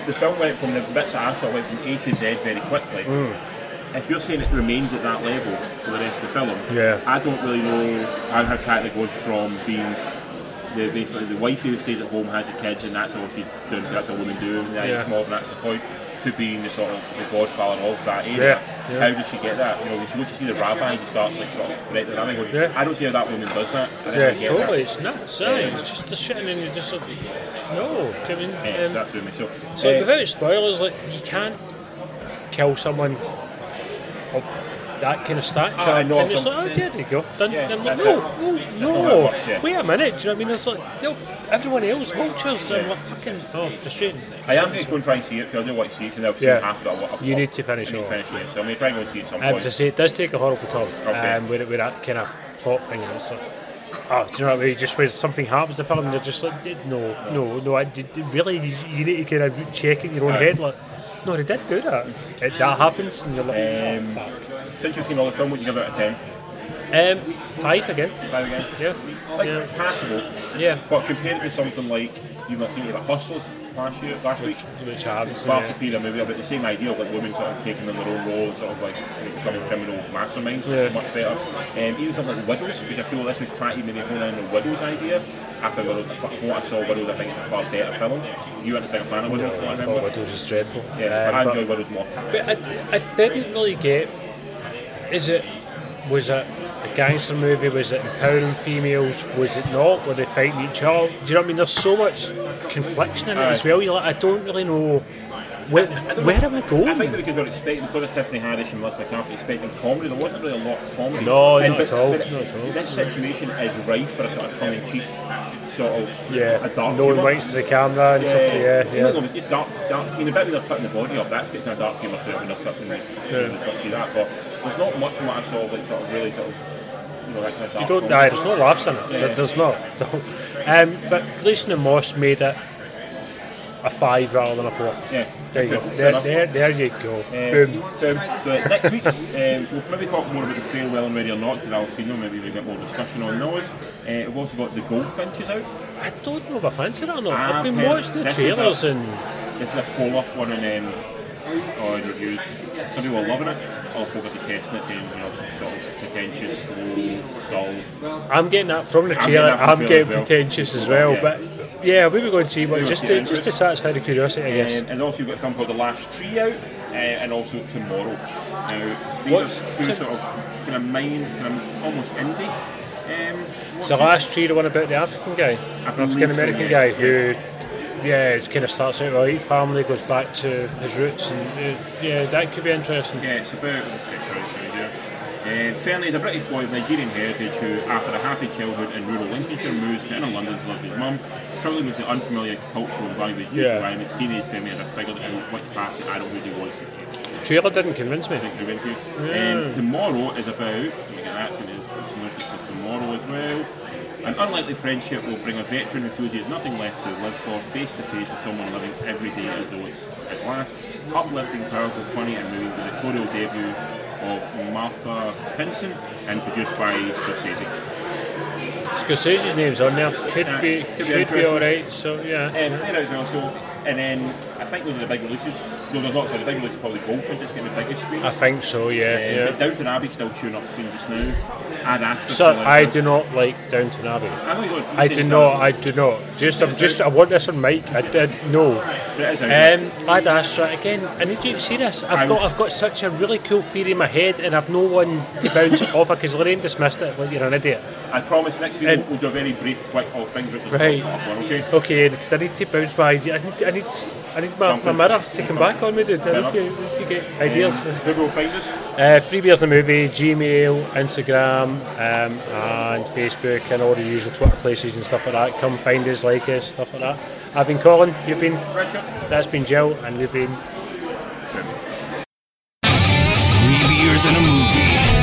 [SPEAKER 2] the film went from the bits I saw went from A to Z very quickly.
[SPEAKER 3] Hmm.
[SPEAKER 2] If you're saying it remains at that level for the rest of the film,
[SPEAKER 3] Yeah.
[SPEAKER 2] I don't really know how her character goes from being the basically the wifey who stays at home has the kids and that's all she's doing, that's all women do, and that's
[SPEAKER 3] Yeah.
[SPEAKER 2] mob and that's the point. To being the sort of the godfather of that area.
[SPEAKER 3] Yeah, yeah.
[SPEAKER 2] How does she get that? You know, when she goes to see the rabbis and starts like sort of threatening. I'm like,
[SPEAKER 3] Yeah.
[SPEAKER 2] I don't see how that woman does that. I never
[SPEAKER 3] Yeah,
[SPEAKER 2] get that.
[SPEAKER 3] totally. It's nuts. aye.
[SPEAKER 2] Yeah.
[SPEAKER 3] It's just the shit, and then you just like, no. Do you know what I mean?
[SPEAKER 2] Yeah,
[SPEAKER 3] Um,
[SPEAKER 2] so that's doing me. So,
[SPEAKER 3] So
[SPEAKER 2] eh,
[SPEAKER 3] without spoilers, like you can't kill someone of that kind of stature.
[SPEAKER 2] Ah, I know
[SPEAKER 3] and it's
[SPEAKER 2] some-
[SPEAKER 3] like, oh, yeah, there you go. Then,
[SPEAKER 2] Yeah,
[SPEAKER 3] then I'm like,
[SPEAKER 2] that's
[SPEAKER 3] no,
[SPEAKER 2] it.
[SPEAKER 3] no,
[SPEAKER 2] not how it
[SPEAKER 3] no.
[SPEAKER 2] works, yeah.
[SPEAKER 3] Wait a minute, do you know what I mean? It's like, no, everyone else, vultures, and I'm like, fucking, oh, frustrating.
[SPEAKER 2] I am going to go and try and see it because I do want to see it because I've seen
[SPEAKER 3] Yeah.
[SPEAKER 2] half of it. I've- I've-
[SPEAKER 3] You need to finish
[SPEAKER 2] I need
[SPEAKER 3] all.
[SPEAKER 2] finish it. So I'm going to try and go and see it at some
[SPEAKER 3] Um,
[SPEAKER 2] point.
[SPEAKER 3] as I say, it does take a horrible turn
[SPEAKER 2] Okay.
[SPEAKER 3] um, with, it- with that kind of plot thing. And it's like, oh, do you know what I mean? Just when something happens to the film, and they're just like, "Did- no, no, no, I did, did- really, you, you need to kind of check it in your own
[SPEAKER 2] Aye.
[SPEAKER 3] head. Like, no, they did do that. It, that happens, and you're like,
[SPEAKER 2] Um,
[SPEAKER 3] oh, fuck.
[SPEAKER 2] Since you've seen all the film, would you give it a 10?
[SPEAKER 3] Um, five again.
[SPEAKER 2] 5 again?
[SPEAKER 3] Yeah.
[SPEAKER 2] Like,
[SPEAKER 3] Yeah.
[SPEAKER 2] passable.
[SPEAKER 3] Yeah.
[SPEAKER 2] But compared to something like you must see the Hustlers last year, last week,
[SPEAKER 3] Which I haven't
[SPEAKER 2] it's
[SPEAKER 3] seen.
[SPEAKER 2] far
[SPEAKER 3] yet.
[SPEAKER 2] superior movie about the same idea of like women sort of taking on their own role and sort of like becoming criminal masterminds.
[SPEAKER 3] Yeah.
[SPEAKER 2] Much better. Um, even something like Widows, which I feel this was trying to maybe hone in on the Widows idea. After Widows, from what I saw Widows, I think it's a far better film. You weren't a big fan of Widows, from
[SPEAKER 3] Oh, I
[SPEAKER 2] what I
[SPEAKER 3] thought
[SPEAKER 2] remember.
[SPEAKER 3] Widow was dreadful.
[SPEAKER 2] Yeah, but I
[SPEAKER 3] Um,
[SPEAKER 2] enjoy Widows more.
[SPEAKER 3] But I, I didn't really get. Is it was it a gangster movie? Was it empowering females? Was it not? Were they fighting each other? Do you know what I mean? There's so much confliction in it as
[SPEAKER 2] Aye.
[SPEAKER 3] well. You're like, I don't really know where, where am I going.
[SPEAKER 2] I think that because we're expecting, because of Tiffany Haddish and Melissa McCarthy expecting comedy, there wasn't really a lot of comedy.
[SPEAKER 3] No,
[SPEAKER 2] And
[SPEAKER 3] not at all, not at all.
[SPEAKER 2] This situation is rife for a sort of tongue-in-cheek sort of
[SPEAKER 3] yeah,
[SPEAKER 2] a dark
[SPEAKER 3] no one
[SPEAKER 2] humour.
[SPEAKER 3] waits to the camera and stuff. Yeah,
[SPEAKER 2] You know,
[SPEAKER 3] yeah.
[SPEAKER 2] it's just dark, dark. I mean, the bit when they're cutting the body up, that's getting a dark humour to it when they're cutting the yeah. and stuff see that. But there's not much from what I saw, like sort of really sort of, you know, that kind of dark.
[SPEAKER 3] You
[SPEAKER 2] comedy.
[SPEAKER 3] don't die. There's no laughs in it.
[SPEAKER 2] Yeah.
[SPEAKER 3] There- There's not. um, but Gleason and Moss made it a five rather than a four.
[SPEAKER 2] Yeah,
[SPEAKER 3] There you go.
[SPEAKER 2] that's good. Fair
[SPEAKER 3] There,
[SPEAKER 2] enough.
[SPEAKER 3] there, there you go.
[SPEAKER 2] Um,
[SPEAKER 3] Boom.
[SPEAKER 2] So, so next week, um, we'll probably talk more about the farewell and ready or not, because I'll see no, maybe we'll get more discussion on those. Uh, we've also got the goldfinches out.
[SPEAKER 3] I don't know if I fancy that or not.
[SPEAKER 2] I've
[SPEAKER 3] I've been
[SPEAKER 2] heard
[SPEAKER 3] watching the
[SPEAKER 2] Ah, this is
[SPEAKER 3] trailers
[SPEAKER 2] a-
[SPEAKER 3] and
[SPEAKER 2] This is a poll up one in, um, on reviews. Some people are loving it, other people are detesting it, saying, you know, it's sort of pretentious, slow, dull.
[SPEAKER 3] I'm getting that from
[SPEAKER 2] I'm
[SPEAKER 3] the
[SPEAKER 2] getting
[SPEAKER 3] trailer.
[SPEAKER 2] that from the
[SPEAKER 3] I'm
[SPEAKER 2] trailer
[SPEAKER 3] getting
[SPEAKER 2] as well.
[SPEAKER 3] pretentious as well,
[SPEAKER 2] Yeah.
[SPEAKER 3] but yeah, we were going to see,
[SPEAKER 2] We
[SPEAKER 3] but
[SPEAKER 2] were
[SPEAKER 3] just to
[SPEAKER 2] seeing
[SPEAKER 3] just
[SPEAKER 2] it.
[SPEAKER 3] to satisfy the curiosity, I guess.
[SPEAKER 2] Um, and also, you've got something called The Last Tree out, uh, and also Tomorrow. Now, these
[SPEAKER 3] What's
[SPEAKER 2] are two
[SPEAKER 3] Tim-
[SPEAKER 2] sort of kind of mine, kind of almost indie. Um,
[SPEAKER 3] Is the last tree the one about the African guy,
[SPEAKER 2] believe
[SPEAKER 3] African American
[SPEAKER 2] so, yes,
[SPEAKER 3] guy
[SPEAKER 2] yes.
[SPEAKER 3] who. Yeah, it kind of starts out right. Family goes back to his roots, and uh, yeah, that could be interesting.
[SPEAKER 2] Yeah, it's about. Okay, sorry, sorry, here. Uh, Fernley is a British boy of Nigerian heritage who, after a happy childhood in rural Lincolnshire, moves to inner London to live with his mum. Struggling with the unfamiliar cultural and language
[SPEAKER 3] Yeah.
[SPEAKER 2] environment, teenage Femi has figured out which path to adulthood he wants to take.
[SPEAKER 3] Trailer didn't convince me.
[SPEAKER 2] Thank you, Vinci. Um, tomorrow is about. Let me get that to the synopsis for tomorrow as well. An unlikely friendship will bring a veteran who feels he has nothing left to live for face to face with someone living every day as though it's his last. Uplifting, powerful, funny, and moving with the choreo debut of Martha Pinson and produced by Scorsese.
[SPEAKER 3] Scorsese's name's on there. Could
[SPEAKER 2] Yeah,
[SPEAKER 3] be,
[SPEAKER 2] could be
[SPEAKER 3] should be
[SPEAKER 2] interesting.
[SPEAKER 3] all right. So yeah,
[SPEAKER 2] And there as well, so, and then I think those are the big releases. No, there's not, sorry, the big release is probably Goldfinch, it's getting the biggest screens.
[SPEAKER 3] I think so. Yeah,
[SPEAKER 2] Um,
[SPEAKER 3] yeah.
[SPEAKER 2] But Downton Abbey still chewing up screen just now. Ad Astra.
[SPEAKER 3] So
[SPEAKER 2] still in
[SPEAKER 3] I
[SPEAKER 2] there.
[SPEAKER 3] do not like Downton Abbey.
[SPEAKER 2] I, don't know,
[SPEAKER 3] I do not. I do not. Just, I'm just. I want this on mic. I did no.
[SPEAKER 2] It is out there.
[SPEAKER 3] Um, I'd ask that again. I need you to see this. I've
[SPEAKER 2] I'm-
[SPEAKER 3] got, I've got such a really cool theory in my head, and I've no one to bounce it off because Lorraine dismissed it like you're an idiot.
[SPEAKER 2] I promise next week
[SPEAKER 3] um,
[SPEAKER 2] we'll, we'll do a very brief, quick, all things with the
[SPEAKER 3] Right.
[SPEAKER 2] one, okay?
[SPEAKER 3] Okay, because I need to bounce my. I need. I need. I need my, my
[SPEAKER 2] Something.
[SPEAKER 3] mirror to come back on me, dude. I need
[SPEAKER 2] enough.
[SPEAKER 3] to, need to get ideas.
[SPEAKER 2] Um, who will find us?
[SPEAKER 3] Uh, three beers in the movie, Gmail, Instagram, um, and Facebook, and all the usual Twitter places and stuff like that. Come find us, like us, stuff like that. I've been Colin. You've been.
[SPEAKER 2] Richard?
[SPEAKER 3] That's been Jill, and we've been
[SPEAKER 1] Three beers and a movie.